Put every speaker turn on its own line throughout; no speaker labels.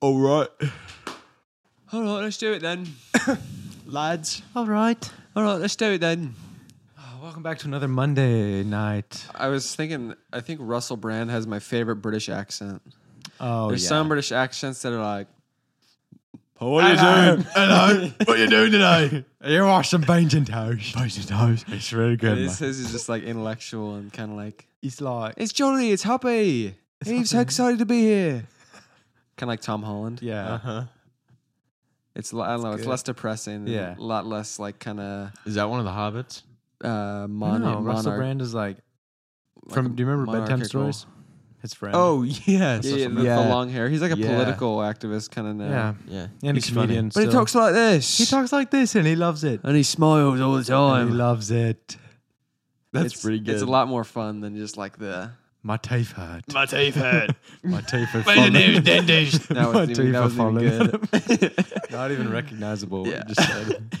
All right. All right, let's do it then. Lads.
All right.
All right, let's do it then.
Oh, Welcome back to another Monday night.
I was thinking, I think Russell Brand has my favorite British accent.
Oh,
There's
yeah.
some British accents that are like, what are you doing?
Hello. what you doing today? You are some beans and toast. Beans and toast. It's very good.
And his is just like intellectual and kind of like,
It's like,
it's Johnny, it's Happy. He's so excited to be here. Kind of like Tom Holland.
yeah.
Uh-huh.
It's, l- I don't know, it's less depressing. and
Yeah.
A lot less like kind of
Is that one of the hobbits?
uh, mon-
No, Russell
monarch-
Brand is like
like
from. do you remember bedtime
monarchical-
stories? His friend.
Oh yes.
Yeah, yeah, the, the long hair. He's like a
Yeah.
political activist kind of now.
yeah.
Yeah.
And
He's
a
funny.
comedian.
But he
still.
talks like this.
He talks like this, and he loves it.
and he smiles all the
And he
time.
loves it.
That's
It's-
pretty good.
It's a lot more fun than just like the.
My teeth hurt.
My teeth hurt.
My teeth are
My
falling.
new dentist.
That
My
wasn't even,
teeth
that
are
wasn't even
falling.
good.
Not even recognizable.
Yeah.
What you just said.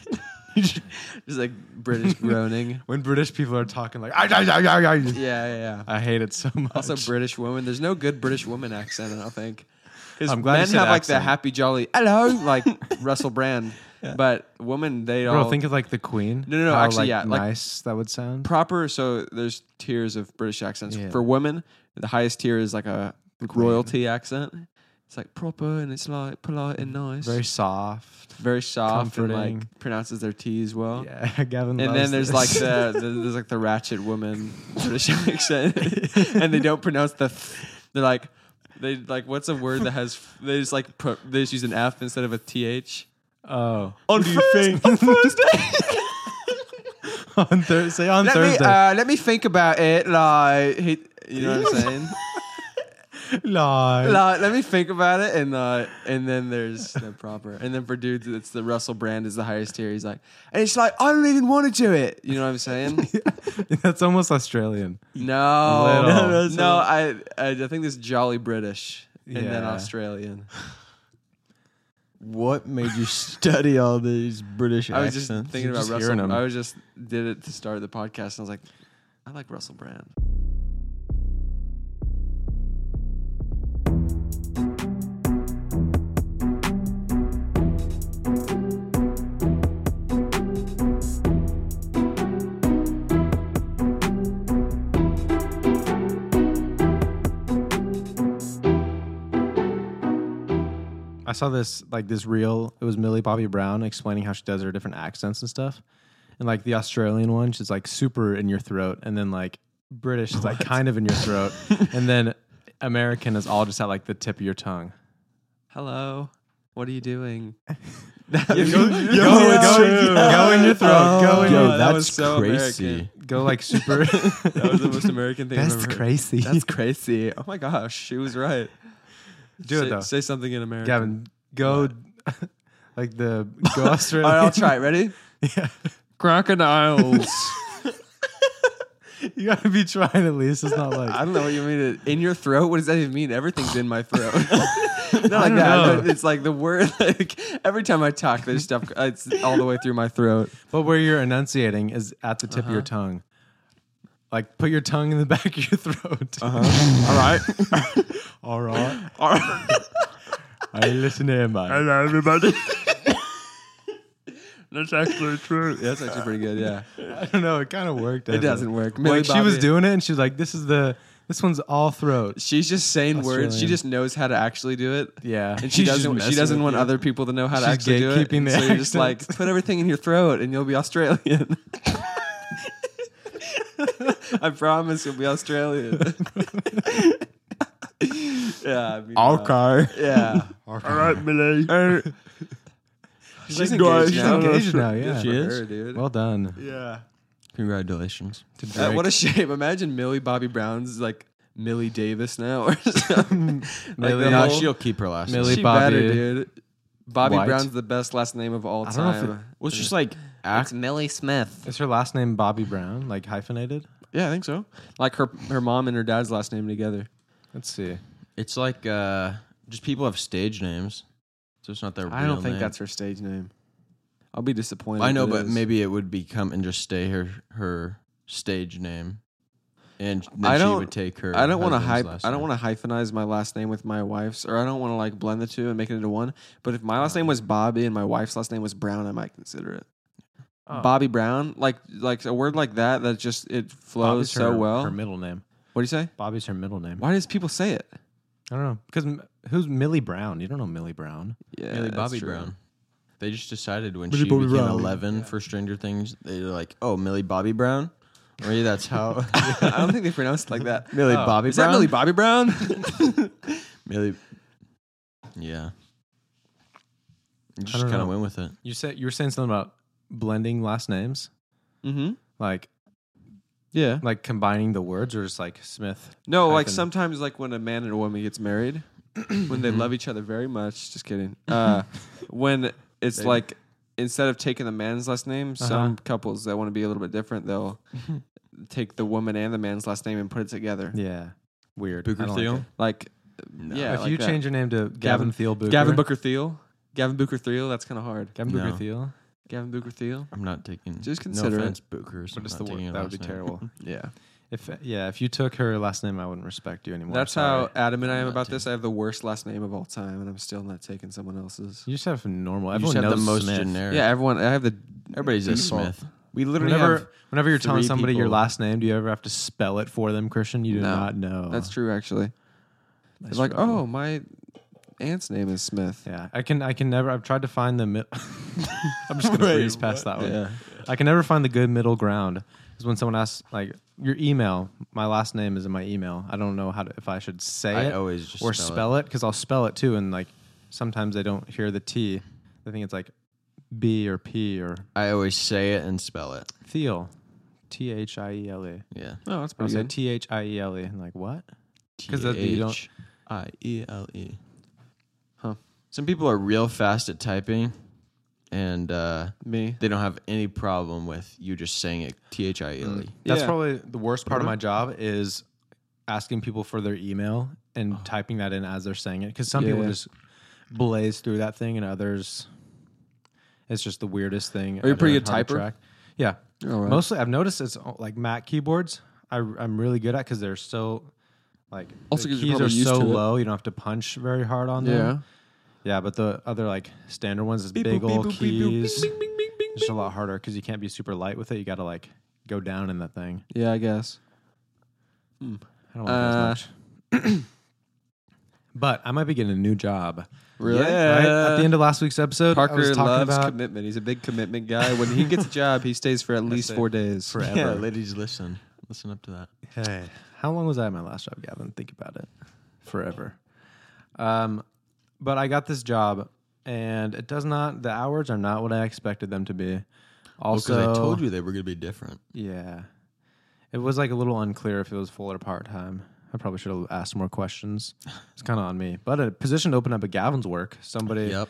Just like British groaning.
when British people are talking like, "Ah, ah, ah, ah, ah,"
Yeah, yeah, yeah.
I hate it so much.
Also, British woman. There's no good British woman accent, I don't think. 'Cause
I'm glad you
men
said
have like the
accent.
happy, jolly, hello, like Russell Brand. But women, they
Bro,
all
think of like the Queen.
No, no, no,
How,
actually,
like,
yeah, like-
nice that would sound.
proper. So there's tiers of British accents.
Yeah.
For women, the highest tier is like a royalty accent. It's like proper and it's like polite and nice,
Very soft.
very soft and
comforting.
like pronounces their T's well.
Yeah, Gavin.
And
loves
then there's
this.
like the, the there's like the ratchet woman British accent, and they don't pronounce the. Th- they're like, they like what's a word that has f- they just like pro- they just use an F instead of a th.
oh
On
think? on Thursday on
let me
Thursday.
uh, let me think about it. Like, he, you know what I'm saying?
Lie.
like, let me think about it, and uh, and then there's the proper, and then for dudes, it's the Russell Brand is the highest tier. He's like, and it's like I don't even want to do it. You know what I'm saying?
That's almost Australian.
No,
Little.
no, I, I I think this jolly British and then
Yeah.
Australian.
What made you study all these British
I was
accents?
just thinking
You're
about
just
Russell.
hearing 'em.
I was just did it to start the podcast, and I was like, I like Russell Brand.
I saw this like this reel. It was Millie Bobby Brown explaining how she does her different accents and stuff. And like the Australian one, she's like super in your throat, and then like British is like kind of in your throat, and then American is all just at like the tip of your tongue.
Hello, what are you doing?
Go, go, go in your throat. go in
Oh. Yo,
your
that
that's
was so
crazy.
American.
go like super.
That was the most American thing I've
That's
ever heard.
crazy.
That's crazy. Oh my gosh, she was right.
Do
say,
it though,
Say something in American.
Gavin. Go like the go
All
Australia.
right, I'll try. it. Ready?
Yeah.
Crocodiles.
You gotta be trying at least. It's not
I
like
don't know what you mean. In your throat? What does that even mean? Everything's in my throat. Not like
don't
that.
know.
It's like the word. Like every time I talk, there's stuff. uh, It's all the way through my throat.
but where you're enunciating is at the tip of
Uh-huh.
your tongue. Like put your tongue in the back of your throat.
All right.
All right. All right. I listen here, man.
Hello, everybody.
That's actually pretty good. Yeah.
I don't know. It kind of worked.
It doesn't work. Millie
Like she was
Bobby-
doing it, and she was like, "This is the this one's all throat."
She's just saying words. She
Australian.
just knows how to actually do it.
Yeah.
And she
She's just
doesn't. She
messing
doesn't
with
want
you.
other people to know how to
She's
actually do it.
gatekeeping the
so you're just like,
accents.
put everything in your throat, and you'll be Australian. I promise you'll be Australian. yeah. I mean, uh, Yeah.
All right, Millie.
Er, She's engaged
engaged
She's
now.
engaged now. Yeah.
She
for
is?
her, dude.
Well done.
Yeah. Congratulations.
To
Uh,
Drake.
what a shame. Imagine Millie Bobby Brown's like Millie Davis now or something. Like
Millie- No,
the
No,
whole-
she'll keep her last
Millie-
name.
she
Bobby
better, dude. Bobby
White.
Brown's the best last name of all
I don't know if
time.
Well, it's just like act.
Millie Smith.
Is her last name Bobby Brown? Like hyphenated?
Yeah, I think so. Like her her mom and her dad's last name together.
Let's see.
It's like uh, just people have stage names, so it's not their.
I don't
real
think
name.
that's her stage name. I'll be disappointed.
I know,
if it
but
is.
maybe it would become and just stay her her stage name. And then
I
she
don't-
would take her.
I don't want to hype.
husband's last
I don't
name.
want to hyphenize my last name with my wife's, or I don't want to like blend the two and make it into one. But if my last name was Bobby and my wife's last name was Brown, I might consider it Bobby Brown. Like like a word like that that just it flows
Bobby's
so
her-
well.
Her middle name.
what do you say?
Bobby's her middle name.
Why does people say it?
I don't know. Because who's Millie Brown? You don't know Millie Brown.
Yeah,
Millie
that's
Bobby
true.
Brown. They just decided when
Millie
she
Bobby
became
Brown.
eleven for Stranger Things, they were like, "Oh, Millie Bobby Brown." Or yeah, that's how
I don't think they pronounce it like that.
Millie Bobby
Oh, Is that Millie Bobby Brown?
Millie. Yeah. You just
don't
kind
know.
of went with it.
You said you were saying something about blending last names,
mm-hmm.
like
Yeah.
like combining the words, or just like Smith.
No, like
hyphen.
sometimes, like when a man and a woman gets married, when they love each other very much. Just kidding. Uh, when it's
They-
like instead of taking the man's last name, some couples that want to be a little bit different, they'll take the woman and the man's last name and put it together.
Yeah, weird. I
Booker
don't like
Thiel.
it.
Like, yeah,
if
like
you
that.
change your name to Gavin Thiel Booker,
Gavin Booker Thiel, Gavin Booker Thiel, that's kind of hard.
Gavin Booker
No.
Thiel,
Gavin Booker Thiel.
I'm not taking.
Just consider
no
it.
offense, Bookers.
but
I'm
it's
not
the
taking
word
your
that would be
last name.
terrible.
Yeah,
if yeah, if you took her last name, I wouldn't respect you anymore.
that's
Sorry.
how adamant I am
Not
about
to.
this. I have the worst last name of all time, and I'm still not taking someone else's.
you just have normal.
You
Everyone
just have the
knows
most
Smith.
generic.
Yeah, everyone. I have the.
everybody's a
Default.
Smith. We literally
Whenever,
have.
whenever you're telling
three
somebody your
people-
last name, do you ever have to spell it for them, Christian? You do
No.
not know.
That's true, actually.
That's
It's like,
terrible.
oh, my aunt's name is Smith.
"Oh."
Yeah, I can. I can never. I've tried to find the. Mi- I'm just gonna
Wait,
breeze past that one. I can never find the good middle ground. Is when someone asks like your email. My last name is in my email. I don't know how to, if I should say
I
it
always just
or
spell it.
spell it because I'll spell it too. And like sometimes I don't hear the T. I think it's like B or P or
I always say it and spell it.
Thiel, T H I E L E.
Yeah.
Oh, that's
I'll
pretty
say
good.
T H I E L E. And like what? 'Cause that'd be- you don't-
I E L E.
Huh.
Some people are real fast at typing, and uh,
Me.
they don't have any problem with you just saying it. T H I E L E.
That's
Yeah.
probably the worst part of my job is asking people for their email and typing that in as they're saying it because some people
Yeah.
just blaze through that thing and others it's just the weirdest thing.
Are you
at
pretty
a
good
hard
typer?
track. Yeah,
All right.
mostly I've noticed it's uh, like Mac keyboards. I, I'm really good at because they're so like
Also
the
'cause you're
keys
probably
are
used
so
to it.
low you don't have to punch very hard on
yeah.
them. Yeah, but the other like standard ones is big old keys. It's a lot harder because you can't be super light with it. You got to like go down in that thing.
Yeah, I guess.
I don't like that
Uh,
as much. but I might be getting a new job.
Really?
Right? At the end of last week's episode, I was
Parker
talking
loves
about
commitment. He's a big commitment guy. When he gets a job, he stays for at least
it.
four days.
forever.
Yeah, ladies, listen, listen up to that. Oh,
Hey, how long was I at my last job, Gavin? Think about it. Forever. Um, but I got this job, and it does not. The hours are not what I expected them to be.
Because
Also,
I told you they were gonna be different.
Yeah, it was like a little unclear if it was full or part time. I probably should have asked more questions. It's kind of on me. But a position opened up at Gavin's work. Somebody,
Yep.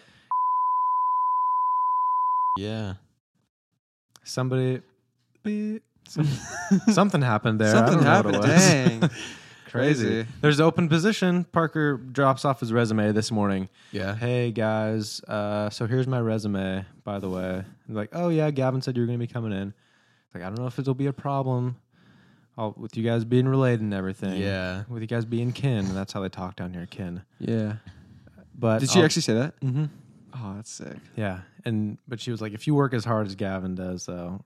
Yeah.
somebody, beep, some- something happened there. I
Something
don't know what it
happened.
was.
Dang.
Crazy.
Crazy.
There's an open position. Parker drops off his resume this morning.
Yeah.
Hey guys, uh, so here's my resume, by the way. And like, oh yeah, Gavin said you're gonna be coming in. It's like, I don't know if it'll be a problem. I'll, with you guys being related and everything.
Yeah.
With you guys being kin, and that's how they talk down here, kin.
yeah.
But
Did she actually say that?
hmm
Oh, that's sick.
Yeah. And but she was like, if you work as hard as Gavin does, though,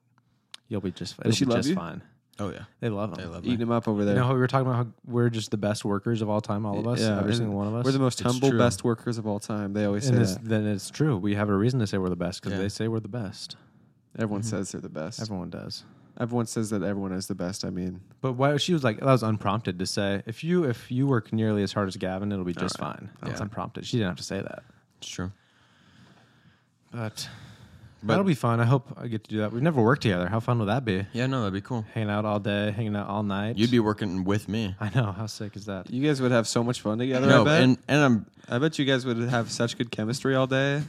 you'll be just. It'll
she
be
love
just
you?
fine.
Oh yeah.
They love him.
They love
Eating
me.
him up over there.
You know how we were talking about how we're just the best workers of all time, all of us,
Yeah,
every
and
single one of us.
We're the most
It's
humble,
true.
best workers of all time. They always say
and it's,
that.
then it's true. We have a reason to say we're the best because
Yeah.
they say we're the best.
Everyone says they're the best. Everyone.
Mm-hmm. Everyone does.
says that everyone is the best. I mean,
But why she was like that was unprompted to say if you if you work nearly as hard as Gavin, it'll be just fine. That's
Yeah.
unprompted. She didn't have to say that.
It's true.
But,
But-
that'll be fun. I hope I get to do that. We've never worked together. How fun would that be?
Yeah. No, that'd be cool.
Hanging out all day, hanging out all night.
You'd be working with me.
I know. How sick is that?
you guys would have so much fun together. I
No,
bet.
and and I'm
I bet you guys would have such good chemistry all day.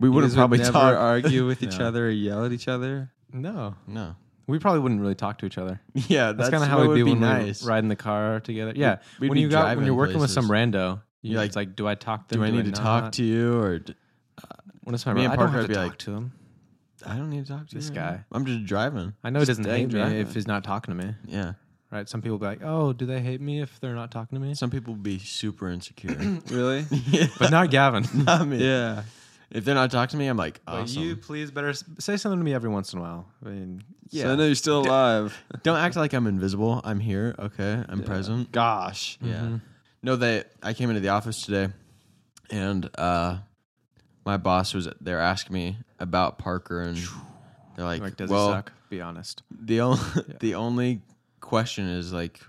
we
You
would have
guys
probably
never
talked.
argue with each
No.
other or yell at each other.
No,
no.
we probably wouldn't really talk to each other.
Yeah,
That's, kind of how we'd be, when we ride in the car together. Yeah,
we'd
when
be
you got when
driving
you're working with
places.
some rando, you
You're
like,
like,
it's like, do I talk to?
Do I
him?
need to talk to you or d-
When it's my
Me
ride,
and
I don't
Parker
have to
would be
talk
like-
to him.
I don't need to talk to
This
you
guy.
I'm just driving.
I know he doesn't
stay
hate me
driving.
if he's not talking to me.
Yeah.
right? Some people be like, "Oh, do they hate me if they're not talking to me?"
Some people be super insecure.
Really?
yeah.
But not Gavin.
I mean,
yeah.
If they're not talking to me, I'm like,
But
awesome.
you please better s- say something to me every once in a while. I mean,
So I know you're still alive.
Don't act like I'm invisible. I'm here. Okay. I'm present.
Gosh.
Mm-hmm.
Yeah. No, they. I came into the office today, and uh, my boss was there asking me about Parker, and they're like,
like does
"Well,
it suck? Be honest.
the only the only question is like,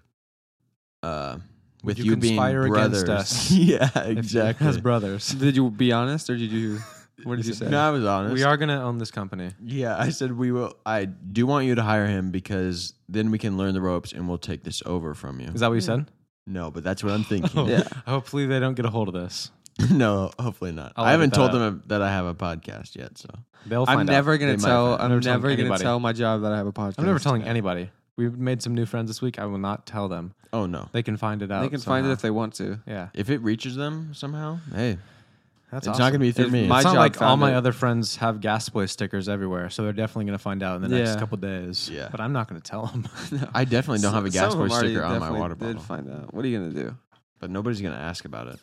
uh, with
you
you, being
conspire
brothers,
against us
yeah,
If you-
exactly.
As brothers,
Did you be honest or did you? What did you say?
No, I was honest.
we are gonna own this company.
Yeah, I said we will. I do want you to hire him because then we can learn the ropes and we'll take this over from you.
Is that Oh. what you said?
No, but that's what I'm thinking.
Oh. Yeah.
Hopefully they don't get a hold of this.
no, hopefully not.
I'll
I haven't
edit that
told them that I have a podcast yet. So
They'll find
I'm
out.
never gonna
They might
tell.
find
I'm
Never telling
never gonna
anybody.
tell my job that I have a podcast.
I'm never telling anybody. We've made some new friends this week. I will not tell them.
oh no,
They can find it out.
They can find it if they want to.
they. Yeah,
if it reaches them somehow, hey,
that's
it's not
awesome.
gonna be through
If
me.
my
it's not
job
like all
found
my
it.
other friends have Gasboy stickers everywhere, so they're definitely gonna find out in the next
Yeah.
couple days.
Yeah.
but I'm not gonna tell them.
I definitely don't have a
Some
gas
of 'em
boy
already
sticker on my
definitely
water bottle,
Did find out. What are you gonna do?
but nobody's gonna ask about it.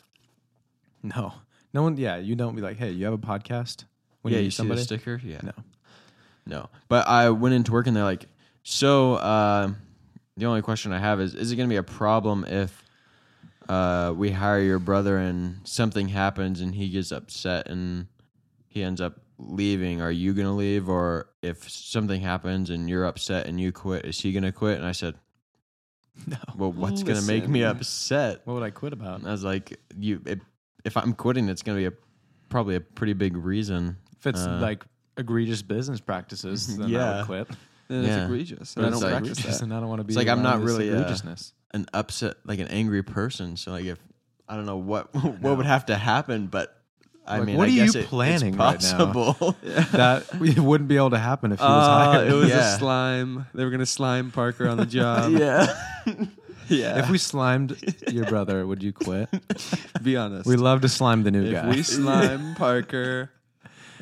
no, no one. Yeah, you don't be like, hey, you have a podcast.
yeah, you
meet
see the sticker? Yeah,
No.
no. But I went into work and they're like, so uh, the only question I have is, is it gonna be a problem if uh, we hire your brother and something happens and he gets upset and he ends up leaving are you gonna leave or if something happens and you're upset and you quit is he gonna quit and i said
No.
well what's gonna make me
Listen.
upset
What would I quit about?
And I was like, you, it, if I'm quitting, it's going to be a probably a pretty big reason.
If it's
Uh,
like egregious business practices, then I
Yeah.
would quit.
Then
Yeah.
it's egregious. And
But
I
it's
don't
like-
practice
Egregious,
that.
and I don't want to be.
like I'm
around
not
this
really, uh,
egregiousness.
An upset, like an angry person. So like, if I don't know what what would have to happen, but I
Like,
mean,
what
I
are
guess
you
it- it's
planning right now?
possible.
that it wouldn't be able to happen if he was
Uh,
hired.
it was
Yeah.
a slime. They were gonna slime Parker on the job.
yeah,
yeah.
If we slimed your brother, would you quit?
be honest,
We love to slime the new
if
guy.
we slime Parker,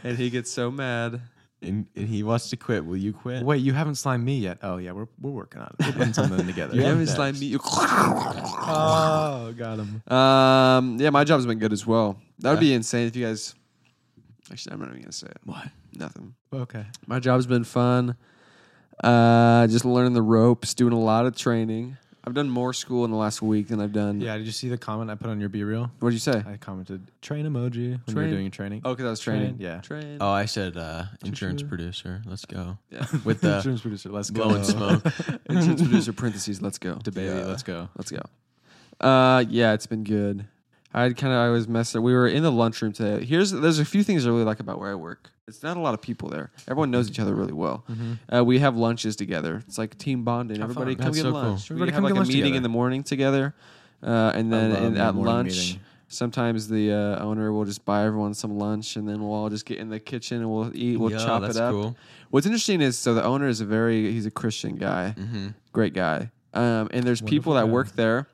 and he gets so mad,
and, and he wants to quit. Will you quit?
Wait, you haven't slimed me yet? Oh yeah, we're we're working on it. We're putting something together.
you haven't slimed me. You
Oh, got him.
Um, yeah, my job's been good as well. That would be insane if you guys. Actually, I'm not even gonna say it.
What?
Nothing.
Okay.
My job's been fun. Uh, just learning the ropes, doing a lot of training. I've done more school in the last week than I've done.
Yeah. Did you see the comment I put on your B reel?
What'd you say?
I commented train emoji when
Train.
you're doing training.
Oh, because I was training.
Train, yeah.
Train.
Oh, I said uh, insurance producer. Let's go
Yeah.
with the
Insurance producer, let's go.
blowing smoke.
Insurance producer parentheses. Let's go.
to baby,
Yeah.
let's go.
Let's go. Uh, yeah, it's been good. I had kind of I was messed up. We were in the lunchroom today. Here's there's a few things I really like about where I work. It's not a lot of people there. Everyone knows each other really well.
Mm-hmm.
Uh, we have lunches together. It's like team bonding. Everybody come
fun. That's
get
so cool.
lunch.
Everybody
we
come
have like
get
a
lunch
meeting
together.
in the morning together, uh, and then
love
in,
the
at
morning
lunch.
meeting.
Sometimes the uh, owner will just buy everyone some lunch, and then we'll all just get in the kitchen and we'll eat. We'll
Yo,
chop
that's
it up.
cool.
What's interesting is so the owner is a very he's a Christian guy,
Mm-hmm.
great guy. Um, and there's people that work there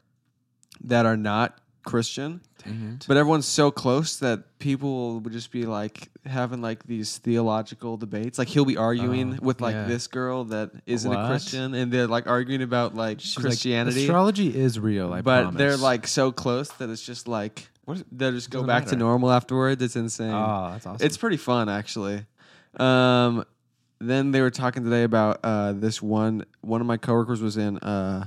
that are not Christian,
Mm-hmm.
but everyone's so close that people would just be like having like these theological debates. Like he'll be arguing with like
yeah.
this girl that isn't
Oh, What?
a Christian, and they're like arguing about like
She's like,
Christianity.
astrology is real. I
but
promise.
they're like so close that it's just like what is, they'll just go
Doesn't
back to
matter.
normal afterwards. It's insane.
oh, that's awesome.
It's pretty fun actually. Um, then they were talking today about uh, this one. One of my coworkers was in uh,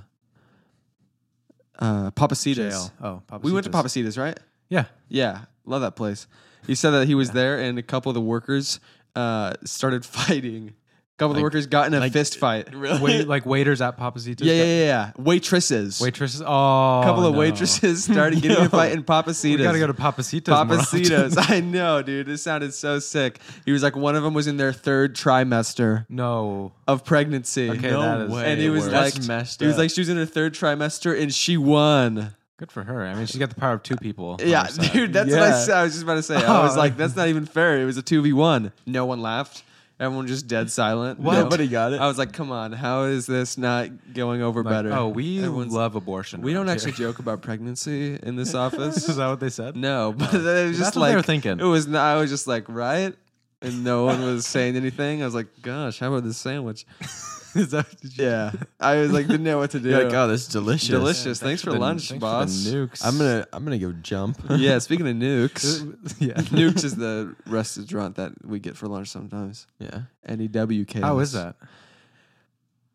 uh, Papacitas.
jail. Oh,
We went to
Papacitas.
Papacitas, right?
Yeah.
Yeah, love that place. He said that he was there, and a couple of the workers uh, started fighting. A couple of the workers got in a fist fight.
Really?
Wait, like waiters at Papacitas.
Yeah, yeah, yeah, yeah. Waitresses.
Waitresses. Oh,
a couple of
no.
waitresses started getting in a fight in Papacitas.
We gotta go to Papacitas. more often.
Papacitos. I know, dude. This sounded so sick. He was like, one of them was in their third trimester
No.
of pregnancy.
Okay, No that is way
and he was
worse.
like,
That's messed
he was
up.
like, she was in her third trimester and she won.
Good for her. I mean, she's got the power of two people. on
Yeah,
her side.
dude. That's what I
Yeah.
said. I was just about to say. I was like, that's not even fair. It was a two v one. No one laughed. Everyone just dead silent.
What? Nobody
got it. I was like, come on. How is this not going over
Like,
better?
Oh, we
Everyone's-
love abortion.
we don't
around
actually
here.
joke about pregnancy in this office.
Is that what they said?
No, but it was just
what they
like
were thinking.
It was. Not, I was just like, right, and no one was saying anything. I was like, gosh, how about this sandwich?
Is that- did you-
Yeah, I was like didn't know what to do.
You're like, oh, this is delicious.
delicious. Thanks for
The-
lunch,
thanks for the
boss.
nukes.
I'm gonna I'm gonna go jump.
yeah, speaking of nukes,
yeah.
nukes is the restaurant that we get for lunch sometimes.
yeah.
N E W K.
How is that?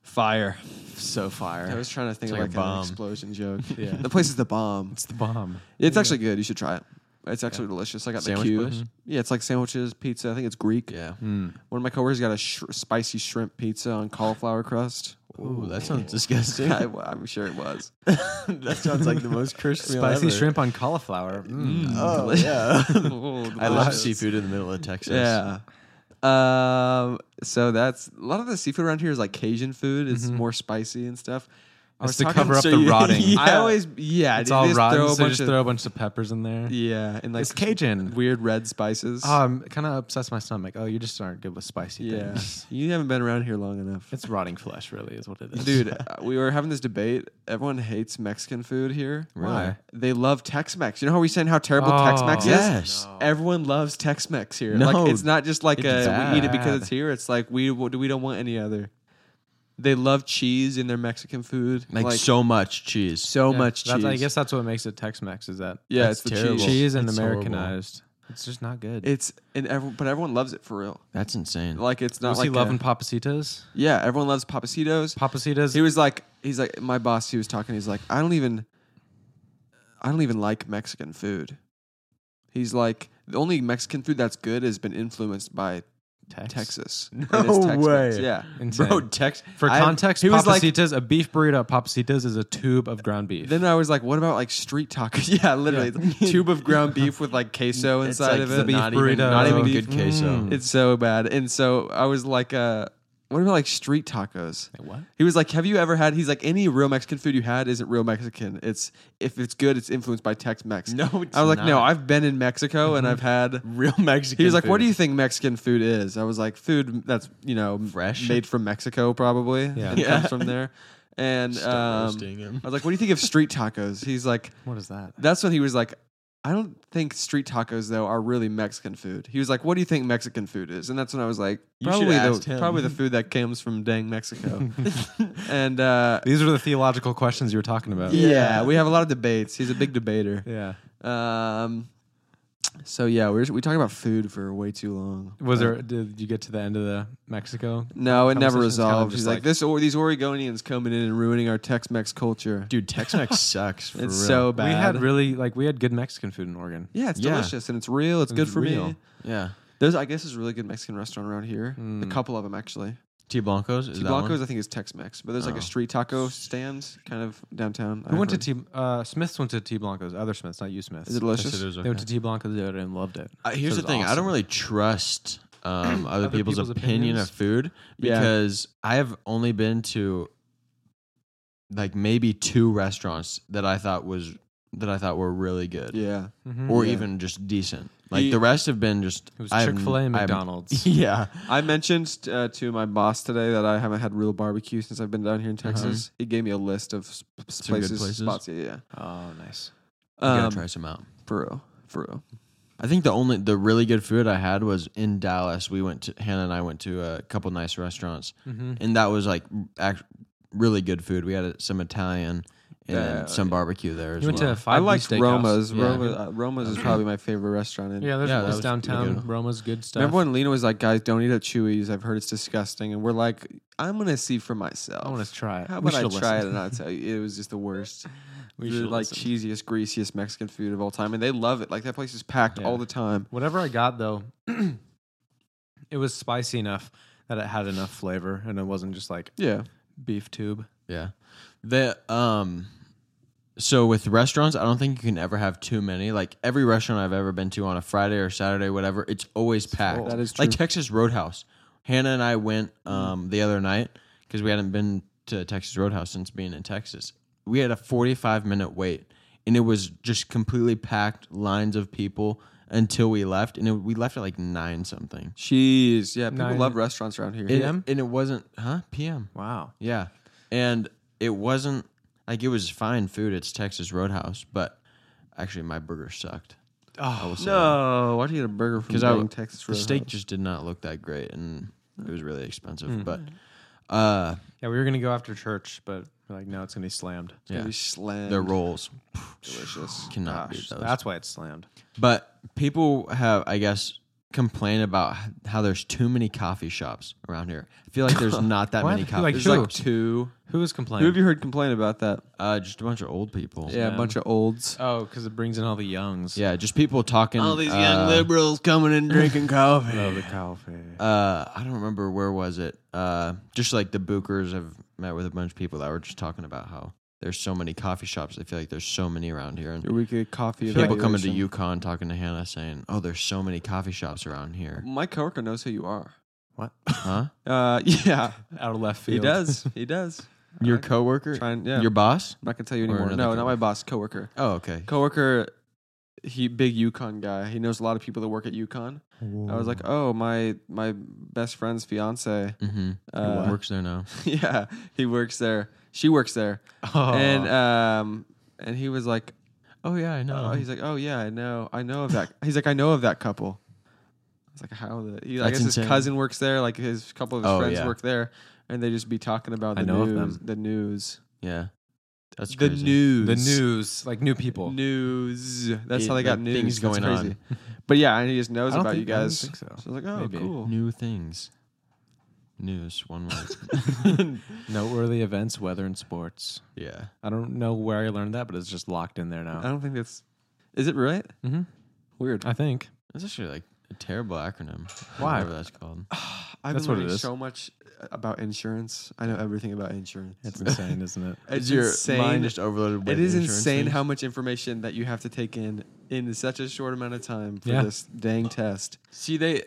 Fire, so fire. I was trying to think of
It's like
like,
a
an
bomb.
explosion joke.
Yeah.
the place is the bomb.
It's the bomb.
It's actually good. You should try it. It's actually delicious. I got
Sandwich
the cube.
place?
Yeah, it's like sandwiches, pizza. I think it's Greek.
Yeah.
One of my coworkers got a sh- spicy shrimp pizza on cauliflower crust.
Ooh, that sounds disgusting.
I, am sure it was.
that sounds like the most cursed meal
Spicy
ever.
shrimp on cauliflower. Mm.
Oh
Delicious.
yeah.
Oh,
I love
delicious.
seafood in the middle of Texas.
Yeah. Um. So that's a lot of the seafood around here is like Cajun food. It's
Mm-hmm.
more spicy and stuff. I
That's
was
to cover up the rotting.
yeah. I
Yeah.
always yeah.
It's
they
all
just
rotten,
Throw a
so
bunch
just
of,
throw a bunch of peppers in there.
yeah, and like
It's Cajun.
weird red spices.
Oh, I'm kind of obsessed with my stomach. Oh, you just aren't good with spicy
yeah,
things.
you haven't been around here long enough.
It's rotting flesh, really, is what it is.
Dude, uh, we were having this debate. Everyone hates Mexican food here.
Really?
Why? They love Tex-Mex. You know how we saying how terrible
Oh,
Tex-Mex is?
yes.
Everyone loves Tex-Mex here.
No,
like it's not just like
it's
a, we eat it because
bad.
it's here. It's like we we don't want any other. They love cheese in their Mexican food.
Like, so much cheese.
so
Yeah,
much
that's-
cheese.
I guess that's what makes it Tex-Mex. Is that
yeah,
that's
it's the
terrible.
cheese.
cheese and
It's horrible.
Americanized? It's just not good.
It's and everyone, but everyone loves it for real.
That's insane.
Like it's not
Was
like
he
a-
loving Papacitas?
yeah, everyone loves papasitos.
Papacitas.
He was like, he's like, my boss. He was talking. He's like, I don't even, I don't even like Mexican food. He's like, the only Mexican food that's good has been influenced by
Tex.
Texas. No
way.
Yeah.
Insane.
Bro, Tex
For
I-
context,
he was like-
Papacitas, a beef burrito at Papacitas is a tube of ground beef.
Then I was like, what about like street tacos? yeah, literally, It's a tube of ground beef with like queso
it's
inside
like
of
the
it.
beef
not
burrito.
even, not even
Beef.
good queso.
Mm.
It's so bad. And so I was like, uh, what about like street tacos?
Like, what?
He was like, "Have you ever had?" He's like, "Any real Mexican food you had isn't real Mexican. It's if it's good, it's influenced by Tex-Mex."
No, it's
I was like, "No,
not.
I've been in Mexico and I've had."
Real Mexican.
He was like, "What do
food.
you think Mexican food is?" I was like, "Food that's you know
Fresh?
made from Mexico, probably.
Yeah.
and
Yeah.
comes from there." And
Stop
um,
roasting
I
him.
was like, "What do you think of street tacos?" He's like,
What is that?
"That's when he was like." I don't think street tacos though are really Mexican food. He was like, "What do you think Mexican food is?" And that's when I was like,
You should
"Probably
have
the
asked him.
probably the food that comes from dang Mexico." and uh,
These are the theological questions you were talking about.
yeah, we have a lot of debates. He's a big debater.
Yeah.
Um, so yeah, we were, we talked about food for way too long.
Was there? Did you get to the end of the Mexico?
No, it
Conversation's kinda
never resolved.
just
He's like,
like-
this or these Oregonians coming in and ruining our Tex-Mex culture.
dude? Tex-Mex sucks. For
it's
real.
so bad.
We had really like we had good Mexican food in Oregon.
yeah, it's
Yeah.
delicious and it's real. It's good for me.
real.
yeah.
There's, I guess, there's a really good Mexican restaurant around here. A couple of them actually.
T Blancos Hmm. is
T
that one?
Blancos, I think, is Tex-Mex, but there's like
Oh.
a street taco stand kind of downtown.
Who
I
went to
heard.
T? Uh, Smiths went to T Blancos. Other Smiths, not you Smiths.
Uh-huh. Is it
I said
delicious?
it was
They went
okay.
to T Blancos the other day and loved it.
Uh, here's
It
the
was
thing: I
awesome.
don't really trust um, other,
Other
people's,
people's
opinion
opinions?
of food
Yeah.
because I have only been to like maybe two restaurants that I thought was that I thought were really good,
Yeah.
Mhm.
or
Yeah.
even just decent. Like
He-
the rest have been just
It was
I have-
Chick Fil A and
I have-
McDonald's.
Yeah,
I mentioned uh, to my boss today that I haven't had real barbecue since I've been down here in Texas. He gave me a list of s- s-
Uh-huh. Some good
places,
places?
spots. Yeah,
Oh, nice.
yeah.
you
Um,
gotta try some out.
for real, for real.
I think the only the really good food I had was in Dallas. We went to Hannah and I went to a couple nice restaurants,
Mm-hmm.
and that was like act, really good food. We had uh, some Italian and
Yeah.
some barbecue there as
You went
well.
to five.
I liked Roma's.
Yeah.
Roma, uh, Roma's is probably my favorite restaurant. In.
Yeah, there's
Yeah, that
it's
was
downtown.
good.
Roma's good stuff.
Remember when Lena was like, "Guys, don't eat at Chewy's. I've heard it's disgusting," and we're like, "I'm gonna see for myself.
I want to try it.
How
We
about I
should've
try it
listened.
and I'll tell you? It was just the worst.
We
the
should've
like
listened.
cheesiest, greasiest Mexican food of all time, and they love it. Like that place is packed
Yeah.
all the time.
Whatever I got though, it was spicy enough that it had enough flavor and it wasn't just like
Yeah,
beef tube.
Yeah. The um so with restaurants, I don't think you can ever have too many. Like every restaurant I've ever been to on a Friday or Saturday, whatever, it's always packed.
That is
Like
true.
Texas Roadhouse. Hannah and I went um the other night because we hadn't been to Texas Roadhouse since being in Texas. We had a 45 minute wait and it was just completely packed lines of people until we left and it, we left at like 9 something.
cheese. Yeah, people
Nine-
love restaurants around here.
PM?
And, and it wasn't huh? PM.
Wow.
Yeah. And it wasn't like it was fine food. It's Texas Roadhouse, but actually my burger sucked.
Oh,
No, why do you get a burger from
Because I
Dang Texas
the
Roadhouse?
steak just did not look that great and it was really expensive. But Uh,
Yeah, we were gonna go after church, but we're like, no, it's gonna be slammed.
It's gonna
yeah,
be slammed.
their rolls
Delicious.
cannot
Gosh,
beat those.
that's why it's slammed.
But people have, I guess, complain about how there's too many coffee shops around here. I feel like there's not that
What?
many
Like
coffee.
There's
shops.
Sure.
like two.
Who is
Who have
complaining?
you heard complain about that?
uh, just a bunch of old people.
Yeah, a
Yeah.
bunch of olds.
Oh, because it brings in all the youngs.
Yeah, just people talking. uh,
liberals coming and drinking coffee.
Love the coffee.
Uh, I don't remember where was it. Uh, just like the Bookers, I've met with a bunch of people that were just talking about how there's so many coffee shops. I feel like there's so many around here, and
Your weekly coffee.
people coming to
evaluation.
Yukon talking to Hannah saying, "Oh, there's so many coffee shops around here."
My coworker knows who you are.
What?
Huh?
Uh, yeah,
Out of left field.
he does. He does. Uh,
Your coworker?
Trying. Yeah.
Your boss?
I'm not gonna tell you
or
anymore.
another
No, not my
coworker.
boss. Coworker.
Oh, okay.
Coworker. He big Yukon guy. He knows a lot of people that work at Yukon. I was like, oh my my best friend's fiance.
Mm-hmm.
Uh,
works there now.
yeah, he works there. She works there.
oh.
And um and he was like,
Oh yeah, I know.
oh, he's like, oh yeah, I know, I know of that. He's like, I know of that couple. I was like, how the? He, I
That's
guess his
insane.
cousin works there. Like his couple of his
Oh,
friends
yeah.
work there, and they just be talking about
I
the
know of
news.
them.
The news.
yeah, that's
the
crazy.
news.
the news, like new people.
News. That's
Yeah,
how they got
like
news.
things
That's
going on.
crazy. But yeah, and he just knows
I don't
about you
think- I don't
guys.
think so.
I was like, oh,
Maybe.
cool.
new things. News, one word.
Noteworthy events, weather, and sports.
yeah.
I don't know where I learned that, but it's just locked in there
I
now.
don't think that's. Is it right?
Mm-hmm.
Weird.
I think.
That's actually like a terrible acronym.
Why?
Whatever that's called.
I've
That's
been
what it
learning
is.
so much uh, about insurance. I know everything about insurance.
It's insane, isn't it?
It's
Is your
insane.
mind just overloaded with
it is
insurance
insane
things?
how much information that you have to take in in such a short amount of time for
Yeah.
this dang test.
see they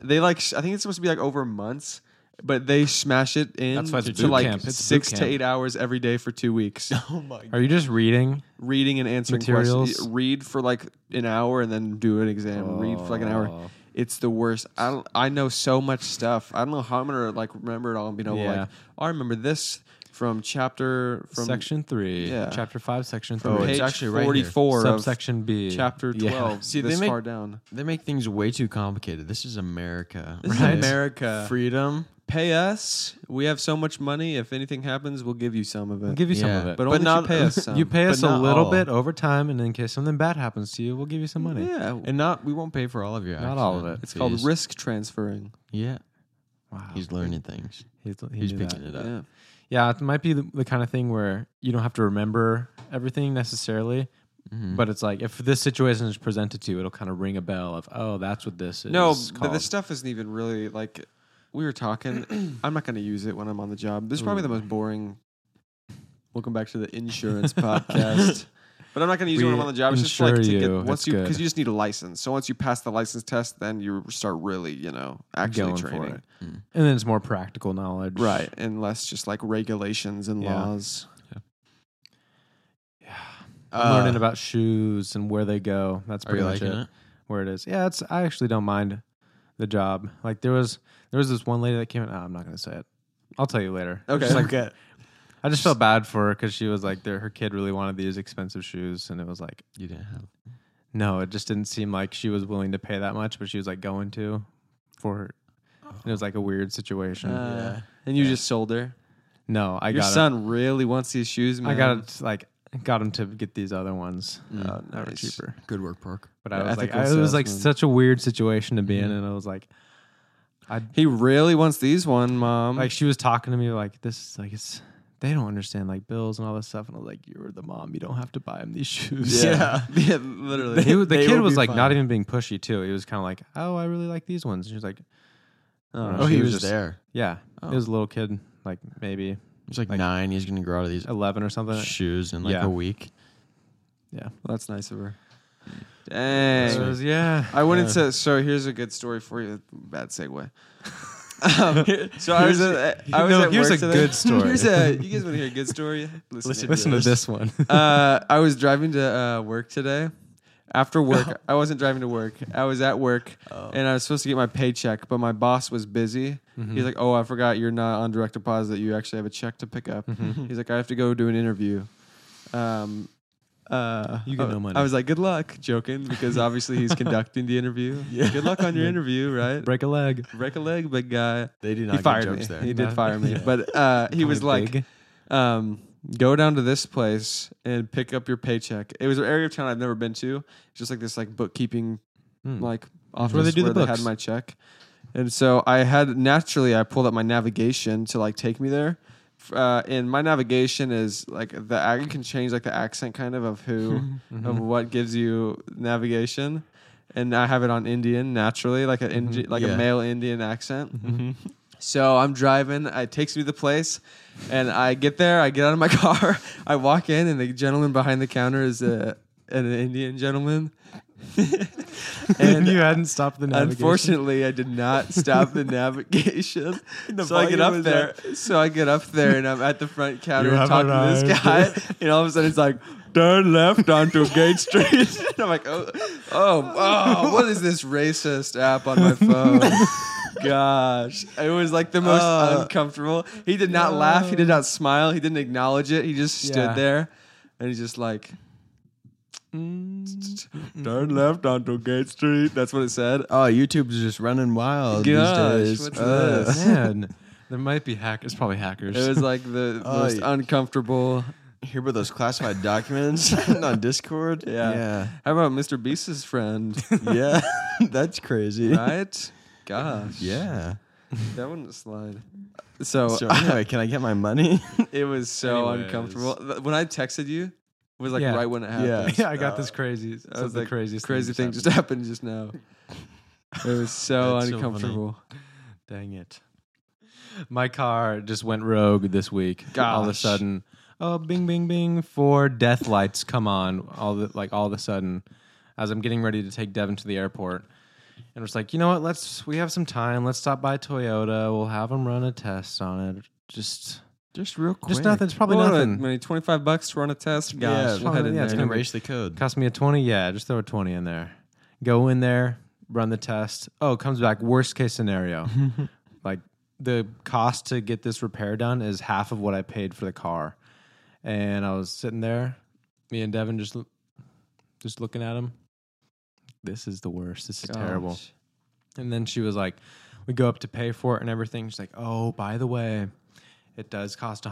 They like, sh- I think it's supposed to be like over months, but they smash it in
That's why it's
to
boot
like
camp. It's
six
boot
to
camp.
eight hours every day for two weeks,
oh my
Are you just reading?
reading and answering
Materials.
questions. Read for like an hour and then do an exam. Read for like an hour.
Oh.
It's the worst. I don't, I know so much stuff. I don't know how I'm gonna like remember it all and be able to
Yeah.
like oh, I remember this from chapter from
section three,
Yeah.
chapter five, section three,
Oh,
page
it's actually right here.
forty four of
subsection B,
chapter
Yeah.
twelve.
See, they
this
make-
far down.
they make things way too complicated. This is America.
This
right?
is America.
Freedom.
Pay us. We have so much money. If anything happens, we'll give you some of it.
I'll give you some of
Yeah.
it.
but only
But
if
not-
you pay us some.
you pay
but
us a
not
little
all.
bit over time, and in case something bad happens to you, we'll give you some money.
Yeah,
And not we won't pay for all of your
Not all of
accident
it.
it's called
fees.
risk transferring.
Yeah.
Wow,
He's learning things.
He's, he
He's
knew
picking
that.
it up.
Yeah.
Yeah, it might be the, the kind of thing where you don't have to remember everything necessarily,
Mm-hmm.
Mm-hmm.
but it's like if this situation is presented to you, it'll kind of ring a bell of oh, that's what this is.
No, but
called.
this stuff isn't even really like we were talking. I'm not going to use it when I'm on the job. This is probably the
Mm.
most boring. Welcome back to the insurance podcast. But I'm not going to use it when
We
I'm on the job. It's just like to
insure
get
you.
once
It's
you because
good.
you just need a license. So once you pass the license test, then you start really, you know, actually
going
training,
for it, and then it's more practical knowledge,
right? And less just like regulations and
Yeah.
laws.
I'm learning
Uh,
about shoes and where they go. That's
Are
pretty
you
much
liking
it.
it?
Where it is, yeah. It's I actually don't mind the job. Like there was there was this one lady that came in. Oh, I'm not gonna say it. I'll tell you later. It was just like-
okay.
I just felt bad for her because she was like, there- her kid really wanted these expensive shoes, and it was like,
You didn't have.
no, it just didn't seem like she was willing to pay that much, but she was like going to for her. And it was like a weird situation.
Uh, And you just sold her.
no, I
Your
got
son really wants these shoes,
him,
man.
I got it, like got him to get these other ones uh, that were
Mm, nice.
cheaper.
Good work, Park.
But I
Yeah,
was like,
ethical
I, it was like
salesman.
such a weird situation to be in,
Mm-hmm.
and I was like,
He really wants these one, mom.
like she was talking to me like this, is like it's they don't understand like bills and all this stuff, and I was like, you're the mom, you don't have to buy him these shoes.
yeah, yeah, literally.
He was- the
They
kid
will
was
be
like
fine.
not even being pushy too. He was kind of like, "Oh, I really like these ones." And she was like,
Oh.
Oh, he
She
was
was just-
there.
"Yeah." It was a little kid, like maybe
He's like, nine. He's gonna grow out of these
eleven or something.
shoes in like
Yeah.
a week.
Yeah.
Well, that's nice of her.
So it
Dang.
was- yeah.
I went into so here's a good story for you. Bad segue. Um, so I was at, I was
No,
at
here's
work
a
today.
good story.
here's a you guys want to hear a good story? Listen,
Listen to this one.
Uh, I was driving to uh, work today. After work, I wasn't driving to work. I was at work, and I was supposed to get my paycheck, but my boss was busy.
Mm-hmm.
He's like, "Oh, I forgot you're not on direct
Mm-hmm.
deposit. You actually have a check to pick up." He's like, "I have to go do an interview." Um, Uh,
You get
I-
no money.
I was like, good luck, joking, because obviously he's conducting the interview. Good luck on your interview, right?
break a leg.
Break a leg, big guy.
They do not
He
get
fired me.
jokes there.
He did
No.
fire me.
Yeah.
But uh, he was
Kinda
like,
big.
um, go down to this place and pick up your paycheck. It was an area of town I've never been to. It's Just like this like bookkeeping
Hmm.
like office
where they do the
they
books.
had my check. And so I had naturally I pulled up my navigation to like take me there. F- Uh, and my navigation is like the ac- you can change like the accent kind of of who
Mm-hmm.
of what gives you navigation. And I have it on Indian naturally, like an Indi-
Mm-hmm.
like
Yeah.
a male Indian accent. So I'm driving. It takes me to the place, and I get there. I get out of my car. I walk in, and the gentleman behind the counter is a, an Indian gentleman.
and you hadn't stopped the navigation.
Unfortunately, I did not stop the navigation. so I
volume
get up
was
there. So I get up there and I'm at the front counter
You
and talking to this
haven't
guy. And all of a sudden, it's like, turn left onto Gate Street. and I'm like, oh, oh, oh, what is this racist app on my phone? Gosh, it was like the most
Uh,
uncomfortable. He did not laugh. He did not smile. He didn't acknowledge it. He just stood
Yeah.
there, and he's just like,
Mm,
"Turn left onto Gate Street." That's what it said.
Oh, YouTube's just running wild
Gosh,
these days.
what's
Uh,
this?
Man, there might be hackers. Probably hackers.
It was like the
Oh,
most
yeah.
uncomfortable.
Hear about those classified documents on Discord?
Yeah. How about Mr. Beast's friend?
Yeah. Yeah. That's crazy.
right? Gosh.
Yeah.
That wouldn't slide. So,
So anyway, can I get my money?
it was so
Anyways.
uncomfortable. Th- When I texted you, it was like
Yeah.
right when it happened.
Yeah.
yeah, uh, I got this crazy. It's
That was
the
like
craziest
crazy thing
thing.
just happened just now. It
That's
was so
so funny.
uncomfortable.
Dang it. My car just went rogue this week. All of a
Gosh.
sudden, oh bing bing bing, four death lights come on. All the like all of a sudden, as I'm getting ready to take Devin to the airport. And it's like, you know what, let's we have some time. Let's stop by Toyota. We'll have them run a test on it. Just
just real quick.
just nothing. It's probably
What,
nothing.
Maybe 25 bucks to run a test.
Yeah,
Gosh, we'll
probably-
head in
yeah, it's
there.
It's gonna
gonna be-
raise the code.
Cost me a 20? Yeah, just throw a 20 in there. Go in there, run the test. Oh, it comes back worst case scenario. like the cost to get this repair done is half of what I paid for the car. And I was sitting there, me and Devin just loo- just looking at him. This is the worst. This is terrible.
Gosh.
And then she was like, we go up to pay for it and everything. She's like, oh, by the way, it does cost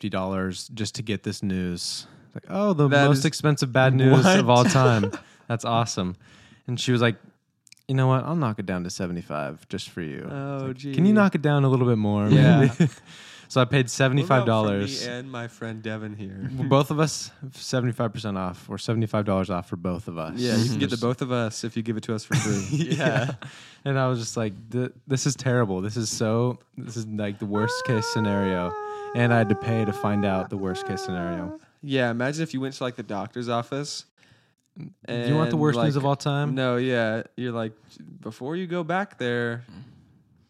$150 just to get this news. It's like, oh, the
That
most
is-
expensive bad news
What?
of all time. That's awesome. And she was like, you know what? I'll knock it down to 75 just for you.
Oh,
It's
gee.
Can you knock it down a little bit more?
Yeah.
so I paid
What about for
$75.
me and my friend Devin here.
both of us, 75% off or $75 off for both of us.
Yeah, you can get the both of us if you give it to us for free.
yeah. And I was just like, "Th- this is terrible. This is so, this is like the worst case scenario. And I had to pay to find out the worst case scenario.
yeah, imagine if you went to like the doctor's office.
Do you want the
and,
worst news
like,
of all time?
No, yeah, you're like before you go back there,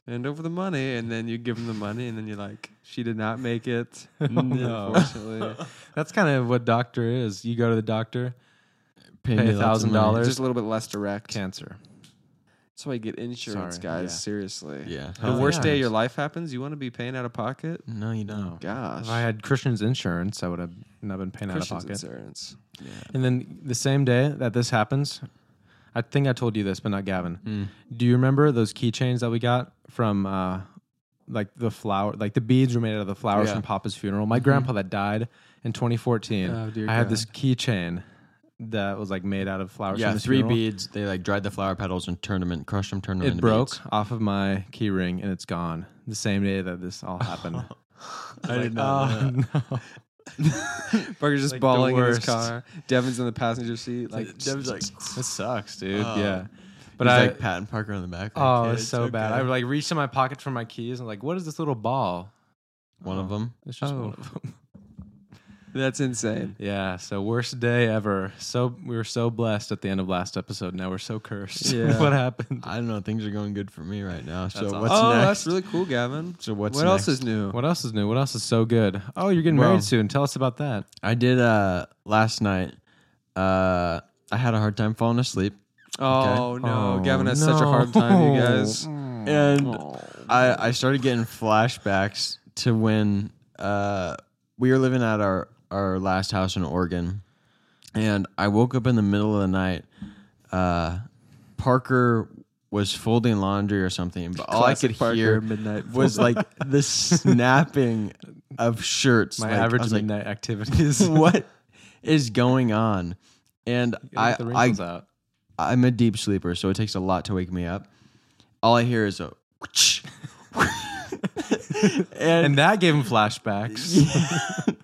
hand over the money, and then you give them the money, and then you're like, she did not make it.
Oh, No.
Oh. unfortunately,
That's kind of what doctor is. You go to the doctor,
Pay
pay
me lots of money.
$1,000.
just a little bit less direct.
cancer.
That's why you get insurance,
Sorry,
guys.
yeah.
Seriously,
Yeah.
The
Oh,
worst
yeah.
day of your life happens. You want to be paying out of pocket?
No, you don't.
No.
Gosh,
If I had Christian's insurance, I would have not been paying out
Christian's
of pocket.
insurance.
And then the same day that this happens, I think I told you this, but not Gavin. Do you remember those keychains that we got from uh, like the flower, like the beads were made out of the flowers
Yeah.
from Papa's funeral? My grandpa that died in 2014,
Oh, dear
I had
God.
this keychain that was like made out of flowers.
Yeah,
from his
three
funeral.
beads. They like dried the flower petals and turned them in, crushed them, turned them
It
into
broke
beads.
off of my key ring and it's gone the same day that this all happened.
I did
oh, no.
Parker's just
Like the
bawling in his
worst.
car. Devin's in the passenger seat. Like,
Dev's like,
This sucks, dude.
Oh.
yeah.
but
But I,
like patting Parker on the back. like,
Oh,
"Kid,
it was
it's
so bad.
okay."
I like reached in my pocket for my keys and like, what is this little ball?
one of them.
It's just
Oh.
one of them.
that's insane.
Yeah. So worst day ever. So we were so blessed at the end of last episode. Now we're so cursed.
Yeah.
what happened?
I don't know. Things are going good for me right now. So
That's awesome.
what's
oh,
next?
that's really cool, Gavin.
so what's
what
next?
else is new?
What else is new? What else is so good? Oh, you're getting
Well-
married soon. Tell us about that.
I did uh last night. Uh, I had a hard time falling asleep,
Oh no,
Oh,
Gavin has such a hard
no.
time, you guys.
and I I started getting flashbacks to when uh we were living at our our last house in Oregon, and I woke up in the middle of the night. Uh, Parker was folding laundry or something, but all I
Classic
could
Parker
hear
midnight
was like the snapping of shirts.
My
Like, I
average
was like,
midnight activities.
what is going on? And I,
Get the
I,
wrinkles out.
I'm a deep sleeper, so it takes a lot to wake me up. All I hear is a. and
and that gave him flashbacks.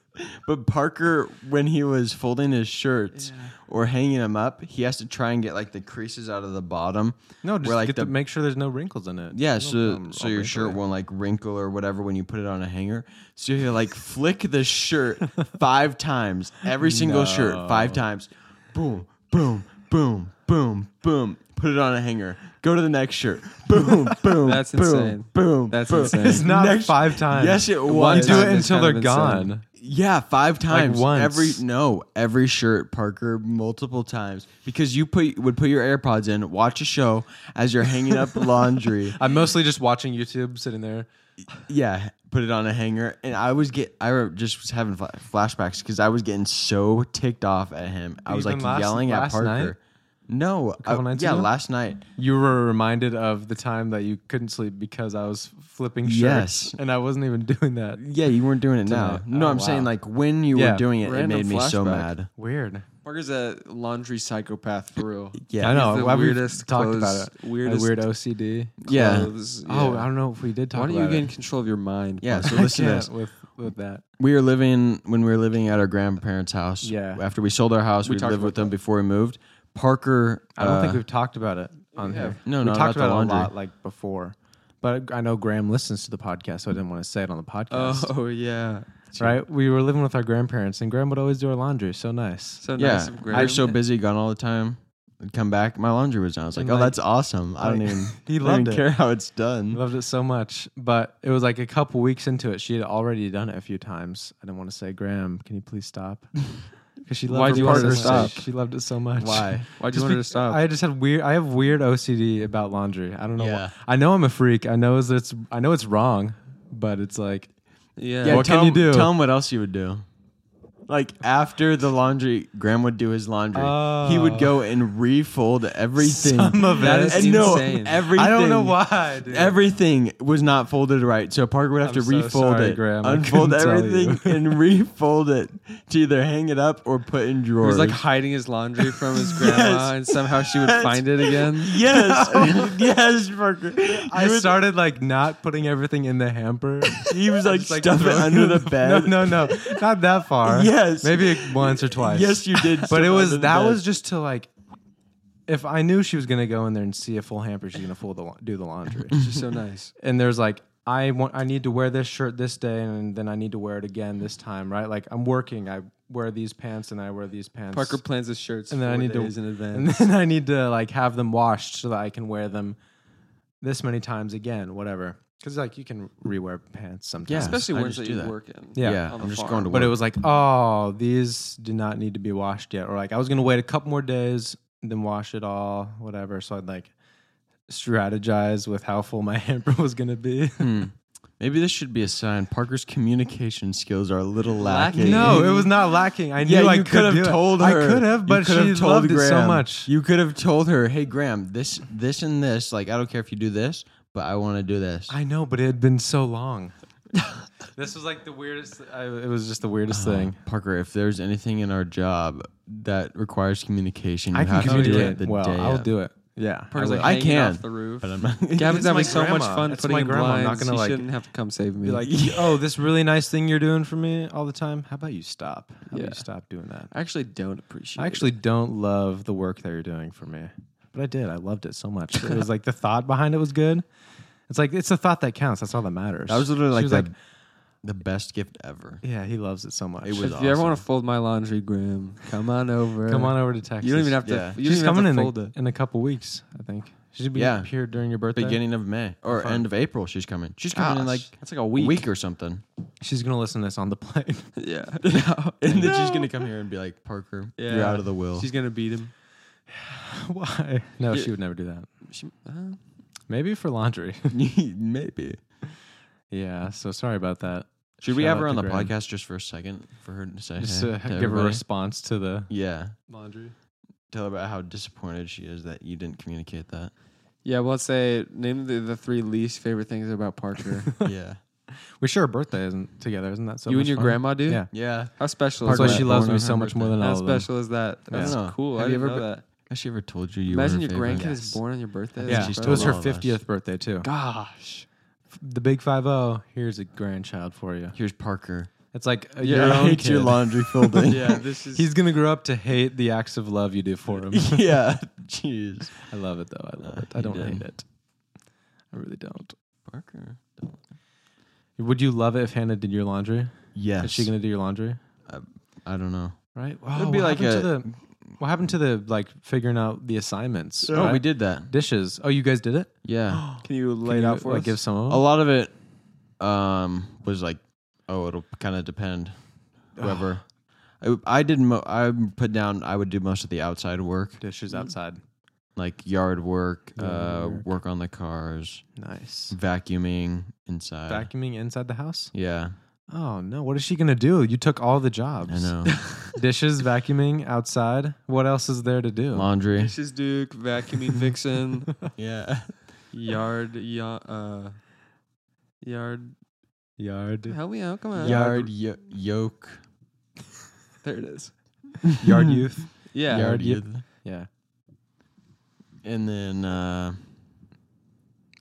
But Parker, when he was folding his shirts or hanging them up, he has to try and get like the creases out of the bottom.
No, just
where, like
get
the
to make sure there's no wrinkles in it.
yeah,
No
so
problem.
so
I'll
your
wrinkle
shirt
it.
won't like wrinkle or whatever when you put it on a hanger. So you like flick the shirt five times, every single shirt five times. Boom, boom, boom, boom, boom. Put it on a hanger. Go to the next shirt. Boom, boom.
That's
boom,
insane.
Boom.
That's
boom.
insane.
It's not
Next-
five times.
Yes, it
One
You
was.
time
do it
is
until
kind
they're
of
gone.
insane.
Yeah, five times.
once.
Every no, every shirt, Parker, multiple times because you put would put your AirPods in, watch a show as you're hanging up laundry.
I'm mostly just watching YouTube, sitting there.
Yeah, put it on a hanger, and I was get I re- just was having fla- flashbacks because I was getting so ticked off at him. I was
Even
like
last-
yelling at
last
Parker.
night?
No, I-
couple nights
yeah,
ago?
last night.
You were reminded of the time that you couldn't sleep because I was flipping shirts,
Yes.
and I wasn't even doing that.
Yeah, you weren't doing it now.
Tonight.
No,
Oh,
I'm saying
wow.
like when you
Yeah.
were doing it,
Random
it made me so
flashback.
mad.
Weird.
Parker's a laundry psychopath for real.
Yeah,
I know.
the
Why
weirdest
we talked about
clothes-
it?
weirdest-
a weird OCD.
Yeah.
Clothes,
Oh,
yeah.
I don't know if we did talk
Why don't you
about
get in
it.
control of your mind?
Yeah, so
Parker?
I
listen to
can't
this.
with with that.
we were living when we were living at our grandparents' house.
Yeah.
After we sold our house, we,
talked
lived
about
with them before we moved. Parker.
I don't think
uh,
we've talked about it on here.
No,
we
no,
talked
not the
about it a lot
laundry.
like before. But I know Graham listens to the podcast, so I didn't want to say it on the podcast.
Oh yeah.
right? We were living with our grandparents, and Graham would always do our laundry. So nice.
So
yeah.
nice of Graham.
We're so busy, gone all the time. I'd come back, my laundry was done. I was like,
And
"Oh,
like-
that's awesome! I don't
like-
even,
He
I don't
loved
even
it.
care how it's
I
done."
loved it so much. But it was like a couple weeks into it, she had already done it a few times. I didn't want to say, Graham, can you please stop? Because she loved
Why'd
her
you want her
partner
to
so much.
stop?
She loved it so much.
Why?
Why'd you
Just
want her
be-
to stop?
I just had weird. I have weird OCD about laundry. I don't know.
Yeah.
Why. I know I'm a freak. I know it's. I know it's wrong, but it's like
yeah.
Yeah,
What
tell
can you do?
him, Tell him what else you would do. Like after the laundry, Graham would do his laundry. He would
Oh.
go and refold everything.
Some of
That
it.
is
And no,
insane. everything.
I don't know why. dude.
Everything was not folded right, so Parker would have
I'm
to
so
refold
sorry,
it,
Graham. I
unfold
couldn't tell
everything, and refold it to either hang it up or put in
He was
drawers.
like hiding his laundry from his grandma,
Yes.
and somehow she would
Yes.
find it again.
yes, yes, Parker.
I started like not putting everything in the hamper.
He was like
Just, like,
stuff it
throwing
under the
it-
bed.
No, no, no, not that far.
Yes.
maybe once or twice.
Yes, you did. stuff
but it was
under
that
the bed.
was just to like, if I knew she was gonna go in there and see a full hamper, she's gonna full the la- do the laundry.
She's so nice.
and there's like, I want, I need to wear this shirt this day, and then I need to wear it again this time, right? Like I'm working, I wear these pants, and I wear these pants.
Parker plans his shirts
and then I need
days
to
in
and
advance.
then I need to like have them washed so that I can wear them this many times again, whatever. Because like you can rewear pants sometimes.
Yeah.
Especially
I
ones
just
that
do
you
that.
work in.
Yeah.
yeah.
on
I'm
the
just
farm.
going to work.
But it was like, oh, these do not need to be washed yet. Or like I was gonna wait a couple more days, then wash it all, whatever. So I'd like strategize with how full my hamper was gonna be.
Hmm. maybe this should be a sign. Parker's communication skills are a little lacking.
no, it was not lacking. I knew
Yeah,
I
you could have
do it.
told her.
I could have,
You
but
could have
she loved it so
Graham.
much.
You could have told her, "Hey, Graham, this, this, and this. Like, I don't care if you do this, but I want to do this."
I know, but it had been so long. this was like the weirdest. I, it was just the weirdest
Uh-huh.
thing.
Parker, if there's anything in our job that requires communication, you
I can
have to do it
communicate.
the
well,
day.
I'll
of.
do it. Yeah,
Parker's
I
like,
will. I
hanging
can,
off the roof.
But I'm not.
Gavin's
It's
having
my
so much
grandma.
fun
It's
putting
my
in
grandma. I'm not
blinds.
gonna,
he
like,
shouldn't have to come save me.
be like, oh, this really nice thing you're doing for me all the time. How about you stop? How about
Yeah.
you stop doing that?
I actually don't appreciate.
I actually don't love the work that you're doing for me, but I did. I loved it so much. it was like the thought behind it was good. It's like it's the thought that counts. That's all that matters.
That was literally
She
like
was
the, the best gift ever.
yeah, he loves it so much.
It
It.
was
If you ever
awesome.
want to fold my laundry, Graham, come on over.
Come on over to Texas.
You don't even have to.
Yeah.
You don't
She's
even
coming
have
in
to fold
a,
it.
in a couple weeks, I think. She should be
Yeah.
here during your birthday.
Beginning of May or end of April, she's coming. She's coming in like
Gosh, that's like a
a
week.
week. or something,
She's gonna listen to this on the plane.
Yeah.
and then she's gonna come here and be like, "Parker, you're
Yeah.
out of the will."
She's gonna beat him.
Why? No,
Yeah.
she would never do that.
She, uh,
Maybe for laundry.
Maybe.
yeah. So sorry about that.
Should we
Shout
have
out
her
to
on the
Graham.
podcast just for a second for her to
Uh-huh.
say
Just
hey
uh,
to
give a
everybody?
response to the
Yeah,
laundry.
tell her about how disappointed she is that you didn't communicate that.
Yeah, well, let's say name the, the three least favorite things about Parker.
yeah,
We share a birthday isn't together, isn't that so?
you
much
and your
fun?
grandma do.
Yeah,
yeah.
How special
that's
is
why
that?
she loves
Born
me
on
so
her
much more than
How
all of them.
special is that? That's
know.
cool.
Have
I
you
didn't
ever
know that.
Has she ever told you you?
Imagine
were
your
her favorite?
grandkid is born on your birthday.
Yeah.
That's
Yeah,
She's
it
incredible.
was her
all of us.
fiftieth birthday too.
Gosh.
The big five zero. Here's a grandchild for you.
Here's Parker.
It's like uh,
Yeah,
your
I
own
hate
kid.
your
laundry filled in.
Yeah, this is.
He's gonna grow up to hate the acts of love you do for him.
yeah. Jeez.
I love it though. I love
Uh,
it. I
you
don't
did.
hate it. I really don't.
Parker.
Would you love it if Hannah did your laundry?
Yes.
Is she gonna do your laundry?
I don't know.
Right.
be
what happened
like
to
a-
the what happened to the like figuring out the assignments?
Oh,
right?
we did that.
dishes. Oh, you guys did it.
Yeah.
Can you lay
Can
it
you,
out for
like,
us?
Give some of
A
them.
lot of it um was like, oh, it'll kind of depend. Whoever. I, I did. Mo- I put down. I would do most of the outside work,
dishes outside.
like yard work, uh,
Yard work.
work on the cars,
Nice.
vacuuming
Mm.
inside.
Vacuuming inside the house.
yeah,
Oh no! What is she gonna do? You took all the jobs.
I know.
Dishes, vacuuming outside. What else is there to do?
Laundry.
This is Duke vacuuming Vixen
Yeah.
yard ya, uh yard.
Yard.
Help me out! Come on.
Yard y- yoke.
There it is.
Yard youth.
Yeah.
Yard
Yard
yith.
Yeah.
And then uh, I